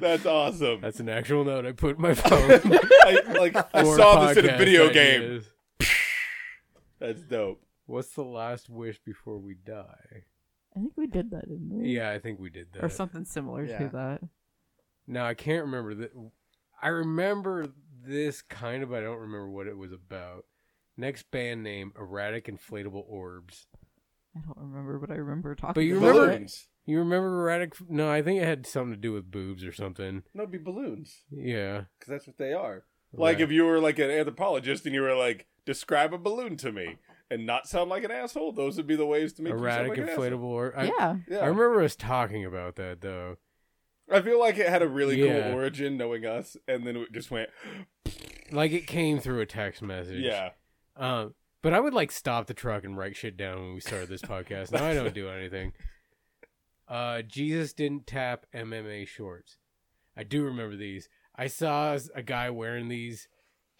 That's awesome. That's an actual note I put in my phone. I, like I for saw this in a podcast video game. ideas. That's dope. What's the last wish before we die? I think we did that, didn't we? Yeah, I think we did that. or something similar Yeah. to that. Now I can't remember that. I remember this kind of, but I don't remember what it was about. Next band name: Erratic Inflatable Orbs. I don't remember, but I remember talking. But you about remember- it. Balloons. You remember erratic? No, I think it had something to do with boobs or something. No, it'd be balloons Yeah. because that's what they are. Like Right. if you were like an anthropologist and you were like, describe a balloon to me and not sound like an asshole. Those would be the ways to make erratic you sound like an inflatable. asshole. Or, I, Yeah. Yeah, I remember us talking about that though. I feel like it had a really Yeah. cool origin, knowing us, and then it just went, Like it came through a text message. yeah. Um, but I would like stop the truck and write shit down when we started this podcast. Now I don't do anything. Uh, Jesus didn't tap MMA shorts. I do remember these. I saw a guy wearing these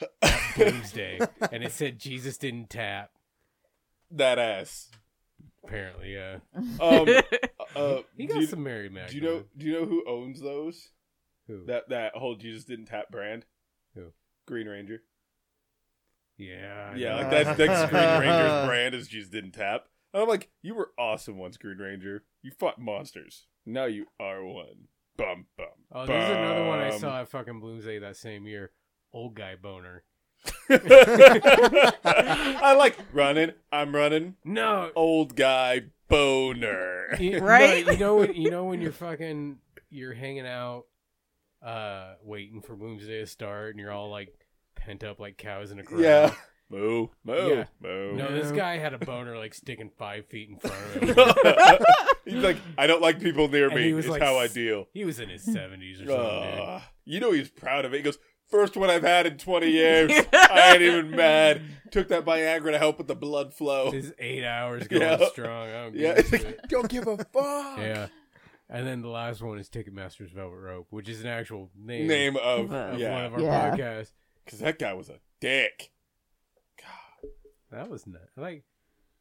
at Doomsday, and it said Jesus didn't tap. That ass. Apparently, yeah. Um, uh, He do got you- some Mary Magdalene. do you know? Do you know who owns those? Who? That that whole Jesus didn't tap brand. Who? Green Ranger. yeah. I Yeah, know. like that, that Green Ranger's brand is Jesus didn't tap. And I'm like, you were awesome once, Green Ranger. You fought monsters. Now you are one. Bum bum. Oh, there's another one I bum. saw at fucking Bloomsday that same year. Old guy boner. I like running. I'm running. No, Old guy boner. you- Right? no, you know when you know when you're fucking you're hanging out, uh, waiting for Bloomsday to start, and you're all like pent up like cows in a corral. Yeah. Moo moo Yeah. moo. No, this guy had a boner like sticking five feet in front of him. He's like, I don't like people near And me. he was It's like, how I "S- deal. He was in his seventies or something. dude. Ugh. you know he's proud of it. He goes, first one I've had in 20 years. I ain't even mad. Took that Viagra to help with the blood flow. His eight hours going Oh. Yeah. strong. I don't give Yeah, a it's shit. like, don't give a fuck. yeah. And then the last one is Ticketmaster's Velvet Rope, which is an actual name, Name of, of one yeah, of our Yeah. podcasts. because that guy was a dick. That was nuts. Like,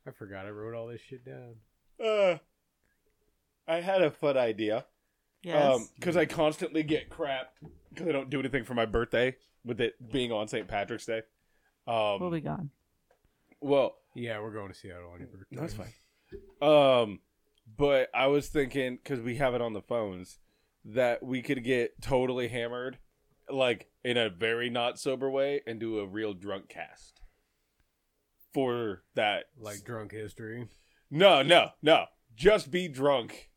I forgot I wrote all this shit down. Uh, I had a fun idea. Yes. because I constantly get crap because I don't do anything for my birthday with it being on St. Patrick's Day. Um, we'll be gone. well, Yeah, we're going to Seattle on your birthday. No, it's Mm, fine. Um, but I was thinking because we have it on the phones that we could get totally hammered, like in a very not sober way, and do a real drunk cast for that. Like drunk history. no, no, no, just be drunk,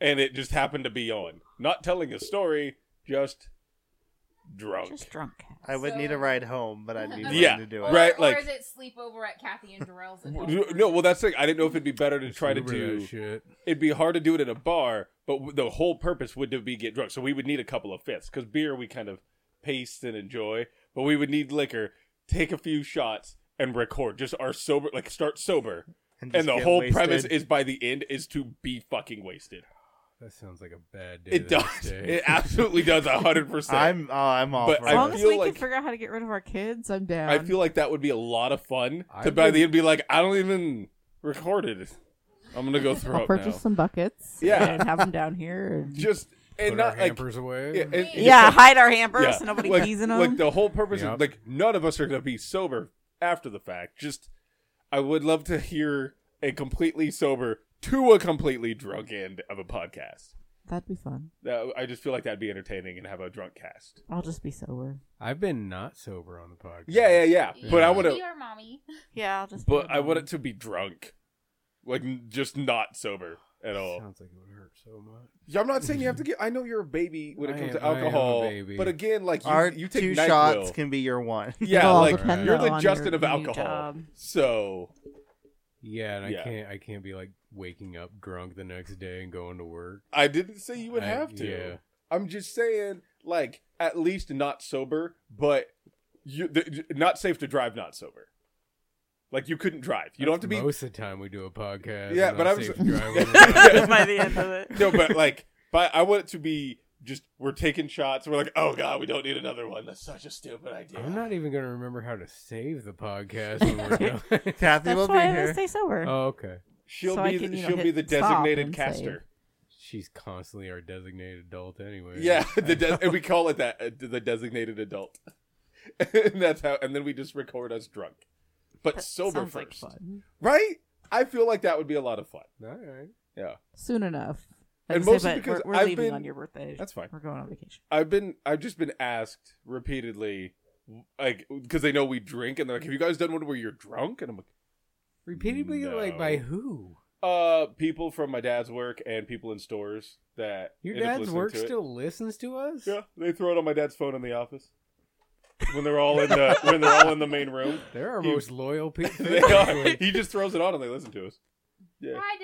and it just happened to be on. Not telling a story, just drunk. Just drunk. I would need a ride home, but I'd be willing Yeah, to do Or, it. right. or like- is it sleepover at Kathy and Darrell's? at W- home? No, well, that's the thing. I didn't know if it'd be better to try to Remember that do. shit. It'd be hard to do it in a bar, but w- the whole purpose would to be get drunk. So we would need a couple of fifths because beer we kind of pace and enjoy, but we would need liquor. Take a few shots and record. Just our sober, like start sober, just and the get whole wasted. premise is by the end is to be fucking wasted. That sounds like a bad day. It the does. next day. It absolutely does. A hundred percent. I'm oh, I'm all But for I As it. long as feel we like- can figure out how to get rid of our kids, I'm down. I feel like that would be a lot of fun to I've by been- the end be like, I don't even record it. I'm gonna go throw I'll up now. purchase some buckets. Yeah. And have them down here. And... Just and Put not our like hampers away. Yeah, and- and yeah, just hide our like- hampers yeah, so nobody like, pees in them. Like the whole purpose Yep. is like none of us are gonna be sober after the fact. Just I would love to hear a completely sober to a completely drunk end of a podcast. That'd be fun. That, I just feel like that'd be entertaining and have a drunk cast. I'll just be sober. I've been not sober on the podcast. Yeah, yeah, yeah. But I You want be to, Your mommy. yeah, I'll just. but I want it to be drunk, like n- just not sober at all. Sounds like it would hurt so much. Yeah, I'm not saying you have to get. I know you're a baby when it I comes am- to I am a alcohol, baby. but again, like you, Our you take two NyQuil. shots can be your one. yeah, It'll all like depend, you're though, the on Justin your of new alcohol. job. So Yeah, and I Yeah. can't. I can't be like waking up drunk the next day and going to work. I didn't say you would I- have to. yeah. I'm just saying, like, at least not sober, but you th- not safe to drive not sober. Like you couldn't drive. You don't have to be. Most of the time we do a podcast. Yeah, and but I'm I'm safe s- driving. by the end of it. no, but like, but I want it to be just we're taking shots. We're like, oh god, we don't need another one. That's such a stupid idea. I'm not even gonna remember how to save the podcast when we're done. Kathy That's will be why I'm gonna here. stay sober. Uh, oh, okay. She'll So I be can, the, you know, she'll be hit the stop designated and say- caster. She's constantly our designated adult anyway. Yeah, the de- and we call it that uh, the designated adult. and that's how. And then we just record us drunk, but sober Sounds first. like fun. Right? I feel like that would be a lot of fun. All right. Yeah. Soon enough. I And was gonna mostly say, but because we're, we're I've leaving been- on your birthday. That's fine. We're going on vacation. I've been I've just been asked repeatedly like cuz they know we drink and they're like have you guys done one where you're drunk and I'm like Repeatedly, like by No. who? uh people from my dad's work and people in stores that Your end up dad's listening work to it. still listens to us. Yeah, they throw it on my dad's phone in the office. When they're all in the when they're all in the main room. They're our He- most loyal people. They are. He just throws it on and they listen to us. Yeah. Hi,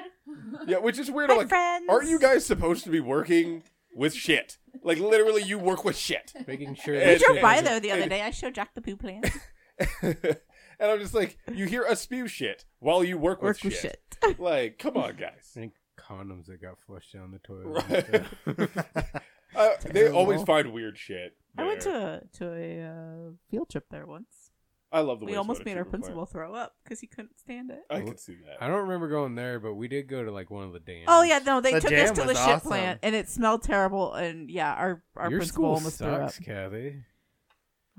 Dad. Yeah, which is weird. Hi, I'm like, friends. aren't you guys supposed to be working with shit? Like literally you work with shit. making sure. We We that It's- drove shit by isn't- though the other it- day. I showed Jack the poo plan. and I'm just like, you hear us spew shit while you work with, Work with shit. shit. Like, come on, guys. I think condoms that got flushed down the toilet. Right. I I, Uh, they terrible. always find weird shit. I went there. to a, to a uh, field trip there once. I love the. We wastewater almost made our treatment principal throw up because he couldn't stand it. Plant. I could see that. I don't remember going there, but we did go to like one of the dams. Oh yeah, no, they The took us jam to the was shit awesome. plant, and it smelled terrible. And yeah, our our Your principal school almost threw up. sucks, Kathy.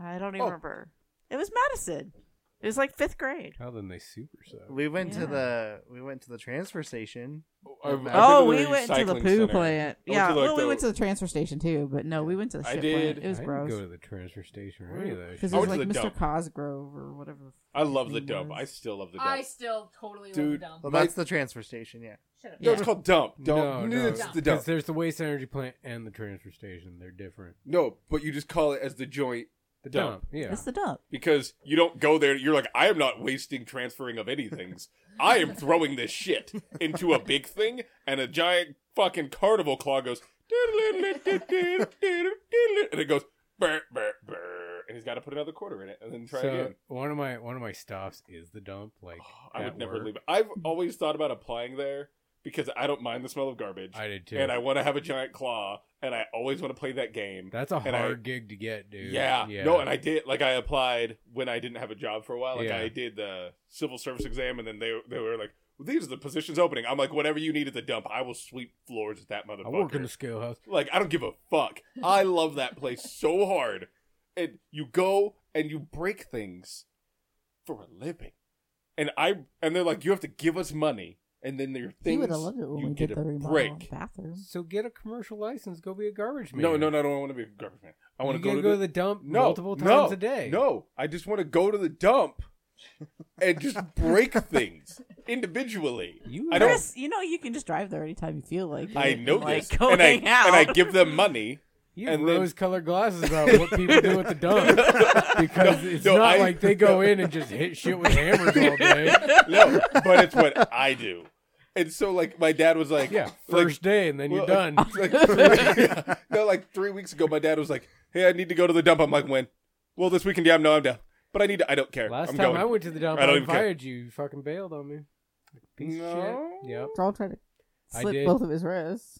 I don't even Oh. remember. It was Madison. It was like fifth grade. How then they super suck. We went Yeah. to the we went to the transfer station. I've- I've been oh, to we the went to the recycling poo center. plant. I went Yeah, to, like, well, we the- went to the transfer station too, but no, we went to the I shit did. plant. It was I didn't gross go to the transfer station or any of that. because I it was went to like the Mr. dump. Cosgrove or whatever. I love his the name dump. I was. still love the dump. I still totally Dude, love Well, dumb. My- that's the transfer station. Yeah, Shut up. No, it's Yeah. called dump. No, Dump. no, it's the Because dump. there's the waste energy plant and the transfer station. They're different. No, but you just call it as the joint The Dump. dump. Yeah. It's the dump. because you don't go there. You're like, I am not wasting transferring of anything. I am throwing this shit into a big thing, and a giant fucking carnival claw goes, and it goes, burr, burr, burr, and he's got to put another quarter in it and then try so again. one of my one of my stops is the dump. Like I at would never work. leave it. I've always thought about applying there because I don't mind the smell of garbage, I did too. and I want to have a giant claw, and I always want to play that game. That's a and I- hard gig to get, dude. Yeah. No, and I did like I applied when I didn't have a job for a while. Like Yeah. I did the civil service exam, and then they they were like, well, "These are the positions opening." I'm like, "Whatever you need at the dump, I will sweep floors at that motherfucker." I work in the scale house. like I don't give a fuck. I love that place so hard, and you go and you break things for a living, and I and they're like, "You have to give us money." And then your He things would have loved it when you we did get the a remodel break. bathroom. So get a commercial license. Go be a garbage man. No, no, no, I don't want to be a garbage man. I want You to go to gotta go the to the dump no, multiple no, times a day. No, I just want to go to the dump and just break things individually. You I don't. Chris, you know you can just drive there anytime you feel like. it I know and, like, this, Go and I hang out. and I give them money. You have And then- rose-colored glasses about what people do at the dump because it's no, not I- like they go in and just hit shit with hammers all day. No, but it's what I do. And so, like, my dad was like, Yeah, like, first day and then you're well, done. like, three, no, like three weeks ago, my dad was like, "Hey, I need to go to the dump." I'm like, "When?" Well, this weekend. Yeah, I'm no, I'm down. But I need to. I don't care. Last I'm time going. I went to the dump, I I, don't even care. invited you. You fucking bailed on me. Piece No. of shit. Yep. Carl tried to I slip did. both of his wrists.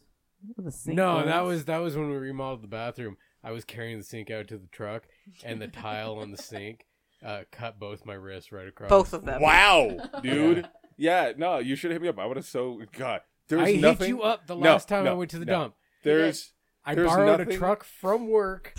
With a sink No, that hose. was that was when we remodeled the bathroom. I was carrying the sink out to the truck, and the tile on the sink uh, cut both my wrists right across. Both of them. Wow, dude. Yeah. no, you should hit me up. I would have so God. There was I nothing. hit you up the No, last time I no, went to the no. dump. There's. I There's borrowed a nothing- truck from work,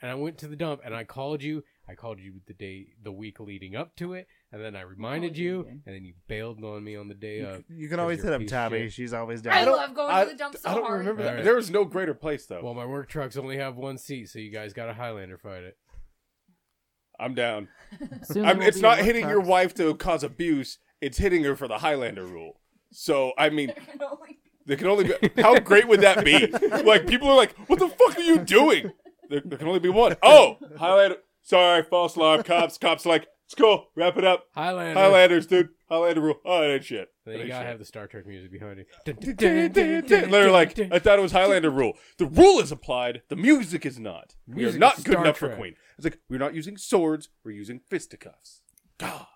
and I went to the dump, and I called you. I called you the day, the week leading up to it, and then I reminded you, and then you bailed on me on the day of. you can 'cause always you're a hit up piece of Tabby. shit. She's always down. I love going I- to the dump so I don't hard. remember All that. right. There was no greater place though. Well, my work trucks only have one seat, so you guys got to Highlander fight it. I'm down. Soon I'm, there will it's be not work hitting your trucks. wife to cause abuse. It's hitting her for the Highlander rule. So I mean, there can only be how great would that be? Like people are like, "What the fuck are you doing?" There, there can only be one. Oh, Highlander. Sorry, false alarm. Cops. Cops. Like it's cool. Wrap it up. Highlander. Highlanders, dude. Highlander rule. Oh, that ain't shit. Then That you ain't gotta shit. have the Star Trek music behind it. They're like, I thought it was Highlander rule. The rule is applied. The music is not. We are Music not is good Star enough for Trek. Queen. It's like we're not using swords. We're using fisticuffs. God,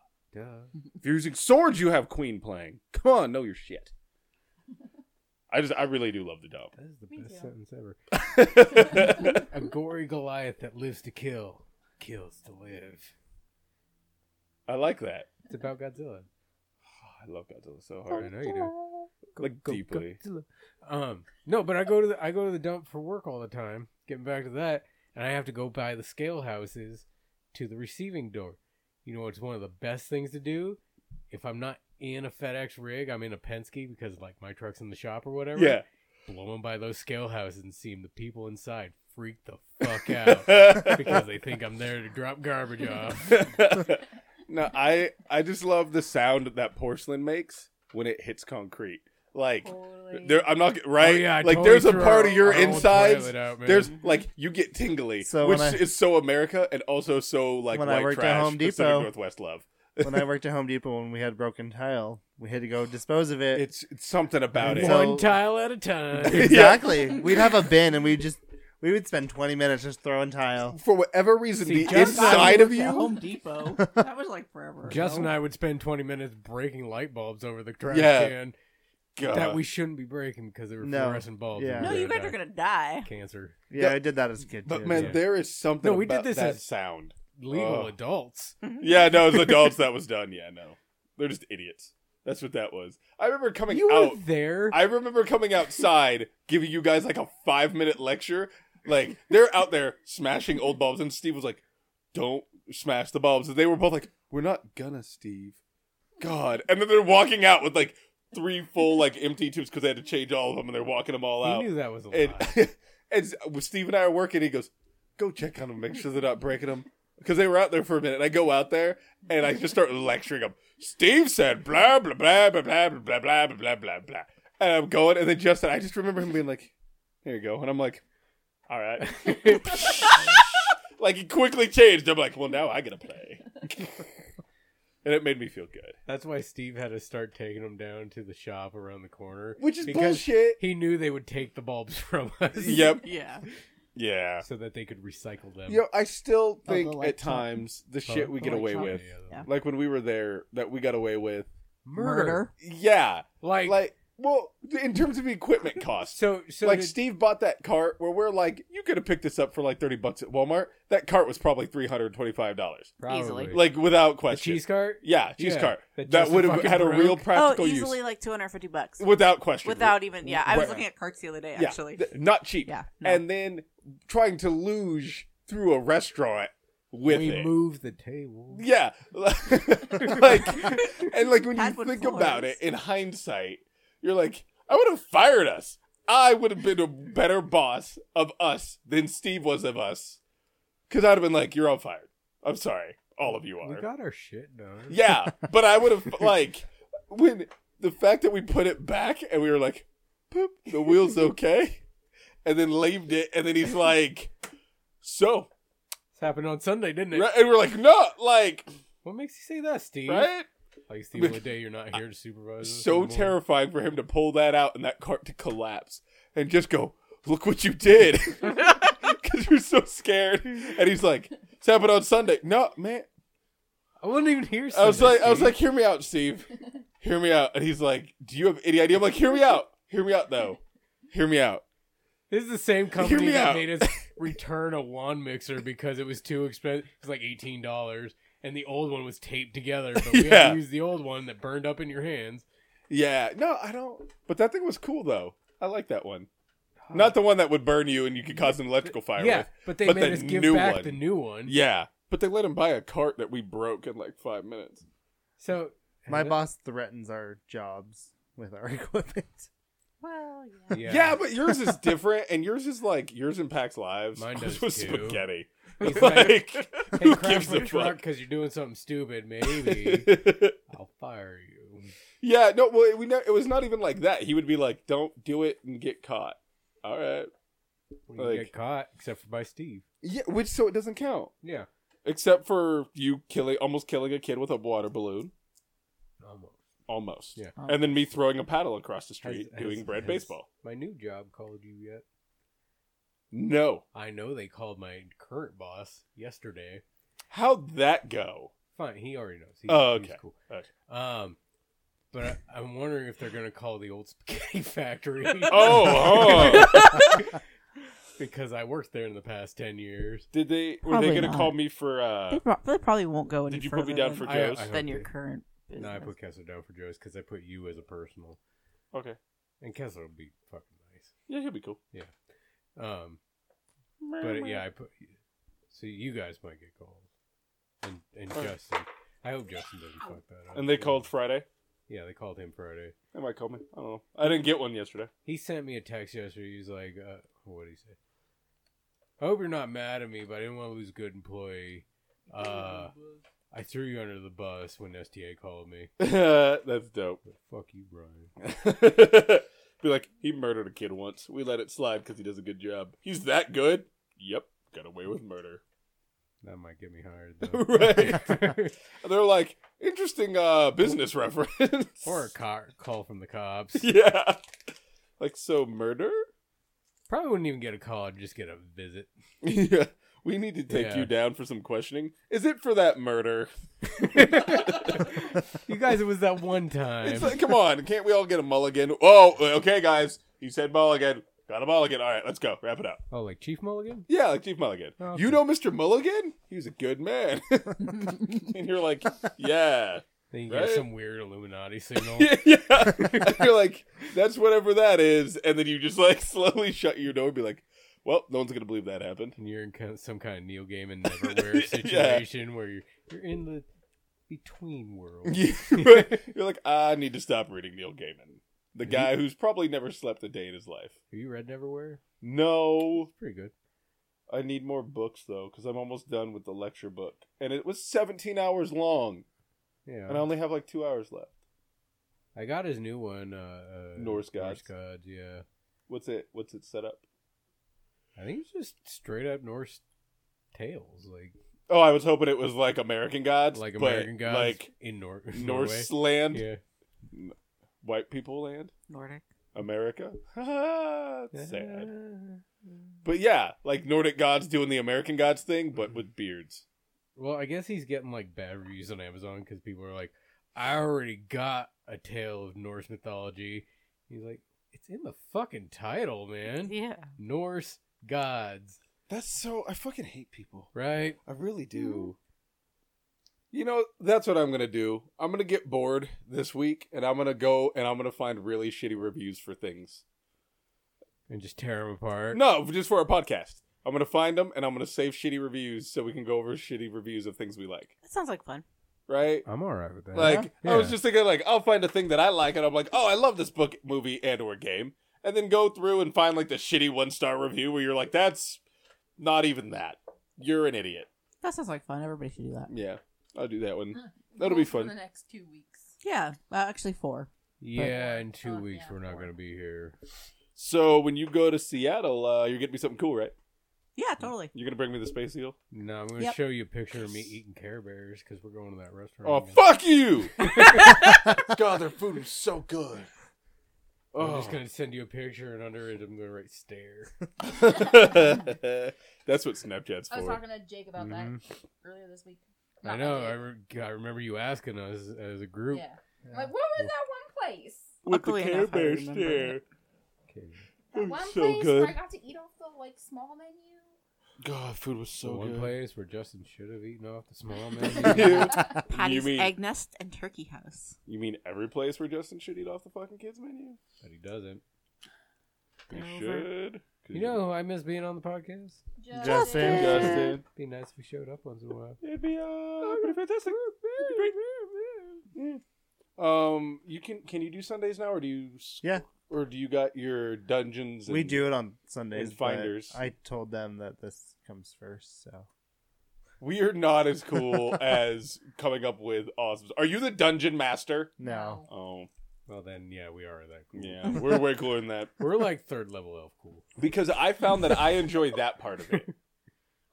if you're using swords, you have Queen playing. Come on, know your shit. I just, I really do love the dub. That is the best sentence ever. A gory Goliath that lives to kill, kills to live. I like that. It's about Godzilla. I love Godzilla so I hard. know you do. Like deeply. Godzilla. Um, no, but I go to the, I go to the dump for work all the time. Getting back to that, and I have to go by the scale houses to the receiving door. You know, it's one of the best things to do. If I'm not in a FedEx rig, I'm in a Penske because like my truck's in the shop or whatever. Yeah. blowing by those scale houses and seeing the people inside freak the fuck out because they think I'm there to drop garbage off. no, I I just love the sound that porcelain makes when it hits concrete. Like Totally. there, I'm not right. Oh, yeah, I like totally there's a threw part our- of your our old insides. toilet out, man. there's like you get tingly, So which when I- is so America and also so like When I white worked at trash. Home Pacific Depot- Northwest love. when I worked at Home Depot, when we had broken tile, we had to go dispose of it. It's, it's something about it. So- One tile at a time. exactly. We'd have a bin, and we just we would spend twenty minutes just throwing tile. For whatever reason, See, the Jeff- inside of At you. Home Depot. that was like forever. Justin and ago. I would spend 20 minutes breaking light bulbs over the trash Yeah. can. God. that we shouldn't be breaking because they were No. fluorescent bulbs. Yeah. and No, they you would guys are die. gonna die. cancer. Yeah, Yeah. I did that as a kid. But too. man, Yeah. there is something. No, we did about this that as- sound. Legal Oh. adults. Yeah, no, it was adults that was done. Yeah, no, they're just idiots. That's what that was. I remember coming You out. were there. oh, I remember coming outside, giving you guys like a five minute lecture. Like they're out there smashing old bulbs, and Steve was like, "Don't smash the bulbs." And they were both like, "We're not gonna, Steve." God, and then they're walking out with like three full like empty tubes because they had to change all of them, and they're walking them all he out. knew that was a And, lie. and Steve and I are working. He goes, "Go check on them, make sure they're not breaking them." Because they were out there for a minute, and I go out there and I just start lecturing them. Steve said blah blah blah blah blah blah blah blah blah blah blah blah, and I'm going, and then Justin, I just remember him being like, "Here you go," and I'm like, "All right." like he quickly changed. I'm like, "Well, now I gotta play," and it made me feel good, That's why Steve had to start taking them down to the shop around the corner. which is because bullshit. He knew they would take the bulbs from us. Yep. Yeah. Yeah. So that they could recycle them. You know, I still Oh, the think at light top. times the Huh? shit we The get light away top. with, Yeah, the- Yeah. like when we were there, that we got away with. Murder. Yeah, Like, like well, in terms of equipment costs. so so like did- Steve bought that cart where we're like, you could have picked this up for like thirty bucks at Walmart. That cart was probably three hundred twenty-five dollars, Easily. probably. like without the question. cheese cart. yeah, cheese Yeah, cart that that Justin would have fucking had a real broke. practical oh, easily use like 250 bucks. without question. Without even, yeah. I was Right. looking at carts the other day, Yeah, actually. th- not cheap. Yeah, no. and then trying to luge through a restaurant with we it. moved the table. Yeah, like and like when Had you wood think floors. about it in hindsight, you're like, I would have fired us. I would have been a better boss of us than Steve was of us, because I'd have been like, you're all fired. I'm sorry, all of you We are. got our shit done. yeah, but I would have like when the fact that we put it back and we were like, Boop, the wheel's okay, and then lamed it, and then he's like, so, This happened on Sunday, didn't it? right? and we're like, no, like, What makes you say that, Steve? right. Like Steve, one day you're not here to supervise. us so anymore. terrifying for him to pull that out and that cart to collapse and just go, look what you did. Because you're so scared. And he's like, it's happened on Sunday. No, man. I wasn't even here. I was Sunday, like, I was Steve. like, hear me out, Steve. Hear me out. And he's like, do you have any idea? I'm like, hear me out. Hear me out, though. Hear me out. This is the same company me that out. made us return a wand mixer because it was too expensive. It was like eighteen dollars, and the old one was taped together. But we had Yeah. to use the old one that burned up in your hands. Yeah. No, I don't. But that thing was cool, though. I like that one. Not the one that would burn you and you could cause an electrical fire yeah, with. but they but made the us give new back one. the new one. Yeah. But they let him buy a cart that we broke in like five minutes. So my boss threatens our jobs with our equipment. Well, yeah. Yeah, Yeah. but yours is different, and yours is like yours impacts lives. Mine Ours does, was too. spaghetti. He's like, hey, who crap gives the a truck fuck? because you're doing something stupid. Maybe I'll fire you. yeah, no. Well, we know it was not even like that. He would be like, "Don't do it and get caught." All right. When you Like- get caught, except for by Steve. Yeah, which so it doesn't count, Yeah, except for you killing almost killing a kid with a water balloon, almost. almost. Yeah. And then me throwing a paddle across the Has- street has- doing bread has baseball. My new job called you yet? No. I know they called my current boss yesterday. How'd that go? Fine, he already knows. He, Oh, he's okay. cool. Okay. Um, but I, I'm wondering if they're gonna call the old spaghetti factory. Oh, huh. because I worked there in the past ten years. did they? Were Probably they gonna not. call me for? They, uh pro- they probably won't go any Did you further put me down than, for I- Joe's? I hope than your they- current business. No, I put Kessler down for Joe's because I put you as a personal, Okay. and Kessler would be fucking nice. Yeah, he'll be cool. Um, but yeah, I put. So you guys might get called, and and Okay. Justin. I hope Justin doesn't fuck that up. And they called Friday. Yeah, they called him Friday. They might call me. I don't know. I didn't get one yesterday. He sent me a text yesterday. He was like, uh, "What did he say? I hope you're not mad at me, but I didn't want to lose a good employee. Uh, I threw you under the bus when STA called me. That's dope. But fuck you, Brian. Be like, he murdered a kid once. We let it slide because he does a good job. He's that good. Yep, got away with murder. That might get me hired, though. Right. And they're like, interesting uh, business reference. or a car call from the cops. yeah. Like so, murder. Probably wouldn't even get a call. I'd just get a visit. yeah. we need to take Yeah. you down for some questioning. Is it for that murder? You guys, it was that one time. It's like, come on, can't we all get a mulligan? Oh, okay, guys. You said mulligan. Got a mulligan. All right, let's go. Wrap it up. oh, like Chief Mulligan? Yeah, like Chief Mulligan. Okay. You know Mr. Mulligan? He was a good man. and you're like, yeah. Then you Right? get some weird Illuminati signal. yeah, yeah. You're like, that's whatever that is. And then you just like slowly shut your door and be like, well, no one's going to believe that happened. And you're in kind of some kind of Neil Gaiman Neverwhere Yeah. situation where you're, you're in the between world. You- You're like, "Ah, I need to stop reading Neil Gaiman, the He- guy who's probably never slept a day in his life. Have you read Neverwhere? No, It's pretty good. I need more books though, because I'm almost done with the lecture book, and it was 17 hours long, Yeah. and I only have like two hours left. I got his new one. Uh, uh, Norse gods. gods, yeah. What's it? What's it set up? I think it's just straight up Norse tales, like Oh, I was hoping it was like American Gods, like but American gods, like in Nor- Norway. Norse land, Yeah. white people land, Nordic. America. It's Sad, but yeah, like Nordic gods doing the American gods thing, but with beards. Well, I guess he's getting like bad reviews on Amazon because people are like, "I already got a tale of Norse mythology." He's like, "It's in the fucking title, man. Yeah. Norse gods, That's so. I fucking hate people. right? I really do. You know, that's what I'm going to do. I'm going to get bored this week and I'm going to go and I'm going to find really shitty reviews for things. And just tear them apart." No, just for our podcast. I'm going to find them and I'm going to save shitty reviews so we can go over shitty reviews of things we like. That sounds like fun. Right? I'm all right with that. Like Yeah. I was just thinking like I'll find a thing that I like and I'm like, "Oh, I love this book, movie and or game." And then go through and find like the shitty one-star review where you're like, "That's not even that. You're an idiot." That sounds like fun. Everybody should do that. Yeah. I'll do that one. That'll be Rules for fun. The next two weeks. Yeah. Well, Uh, actually, four. yeah. In two Oh, weeks, yeah, we're not four. gonna be here. So when you go to Seattle, uh, you're getting me something cool, right? Yeah, totally. You're gonna bring me the space seal. No, I'm gonna Yep. show you a picture of me eating Care Bears because we're going to that restaurant. Oh again. fuck you! God, their food is so good. I'm Oh. just gonna send you a picture, and under it, I'm gonna write stare. That's what Snapchat's I was for. talking to Jake about that Mm-hmm. earlier this week. I Not know. I, that day. re- I remember you asking us as a group. Yeah. I'm Like, what was that one place? With the Luckily Care enough, I Bear remember stare. Okay. That It one was so place good. where I got to eat off the like small menu. God, food was So so one good. place where Justin should have eaten off the small menu. you Patty's mean Egg Nest and Turkey House. you mean every place where Justin should eat off the fucking kids menu? but he doesn't. He Over. should. 'Cause You know, who I miss being on the podcast. Just Justin. Justin, Be nice if he showed up once in a while. it'd be uh, pretty fantastic. It'd be great. Yeah. Um, you can can you do Sundays now, or do you s- Yeah, or do you got your dungeons? And, Mm-hmm. we do it on Sundays. and but Finders. I told them that this comes first, so We are not as cool as coming up with awesome. Are you the dungeon master? no. Oh, Well, then, yeah, we are that cool. yeah, we're way cooler than that. We're like third level elf cool. Because I found that I enjoy that part of it.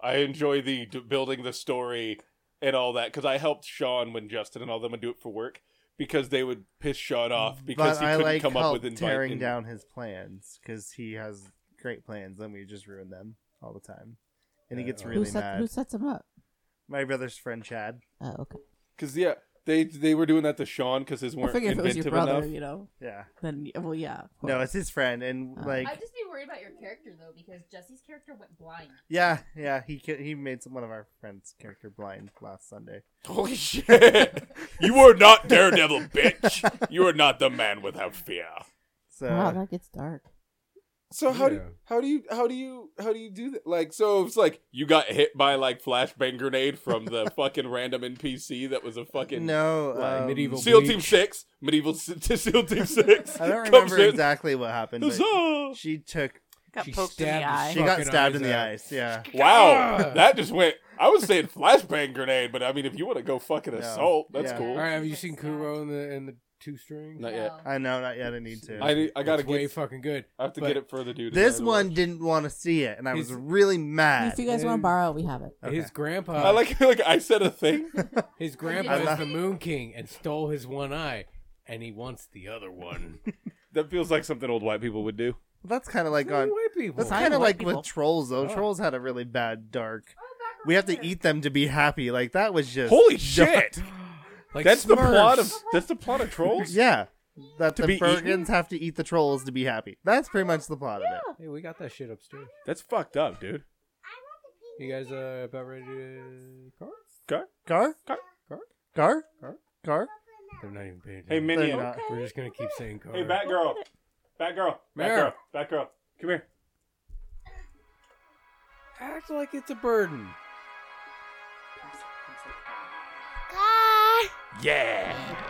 I enjoy the d- building the story and all that because I helped Sean when Justin and all them would do it for work because they would piss Sean off because but he I couldn't like come up help with invite. tearing and- down his plans because he has great plans, and we just ruin them all the time. And he gets Uh, who, really set, who mad. sets him up? My brother's friend Chad. Oh, okay. Cause yeah, they they were doing that to Sean because his I weren't figure if it was inventive your brother, enough. you know, Yeah. then y- well, yeah. of No, course. it's his friend, and Uh, like, I'd just be worried about your character though, because Jesse's character went blind. yeah, yeah, he ki- he made some, one of our friends' character blind last Sunday. Holy shit! you are not Daredevil, bitch. You are not the man without fear. So wow, that gets dark. So how do Yeah. you, how do you how do you how do you do that? Like so it's like you got hit by like flashbang grenade from the fucking random NPC that was a fucking no, like um, medieval- SEAL Team Bleach. Six, medieval s- to SEAL Team Six. I don't comes remember in. exactly what happened. but Huzzah! she took. Got She poked in the stabbed the eye. She got Fucking stabbed in eyes the out. eyes. Yeah. Wow, that just went. I was saying flashbang grenade, but I mean, if you want to go fucking No. assault, that's All Yeah. cool. right, have you seen Uh, Kuro and the, and the two strings? Not yet. I know, not yet. I need to. I need- I gotta It's way get. fucking good. I have to but- get it further, dude. this one didn't want to see it, and I was He's- really mad. If you guys want and- to borrow, we have it. Okay. His grandpa, I like like I said a thing. his grandpa I is love- the Moon King and stole his one eye, and he wants the other one. That feels like something old white people would do. That's kind of like on. white people. That's Fine, kind of white like people. with trolls though. Oh. Trolls had a really bad dark. Oh, back We have to over here. eat them to be happy. Like that was just Holy shit! Like that's the Smurfs. plot of that's the plot of trolls. Yeah, that To the be eaten? Bergens have to eat the trolls to be happy. That's pretty much the plot of it. Hey, we got that shit upstairs. That's fucked up, dude. You guys uh, about ready to uh, car? Okay. Gar, Car? Car? gar, Gar? gar. They're not even paying attention. Hey, They're minion. not. We're just gonna keep saying car. Hey, Batgirl. Batgirl. Batgirl. Mare. Batgirl. Come here. Act like it's a burden. Yeah.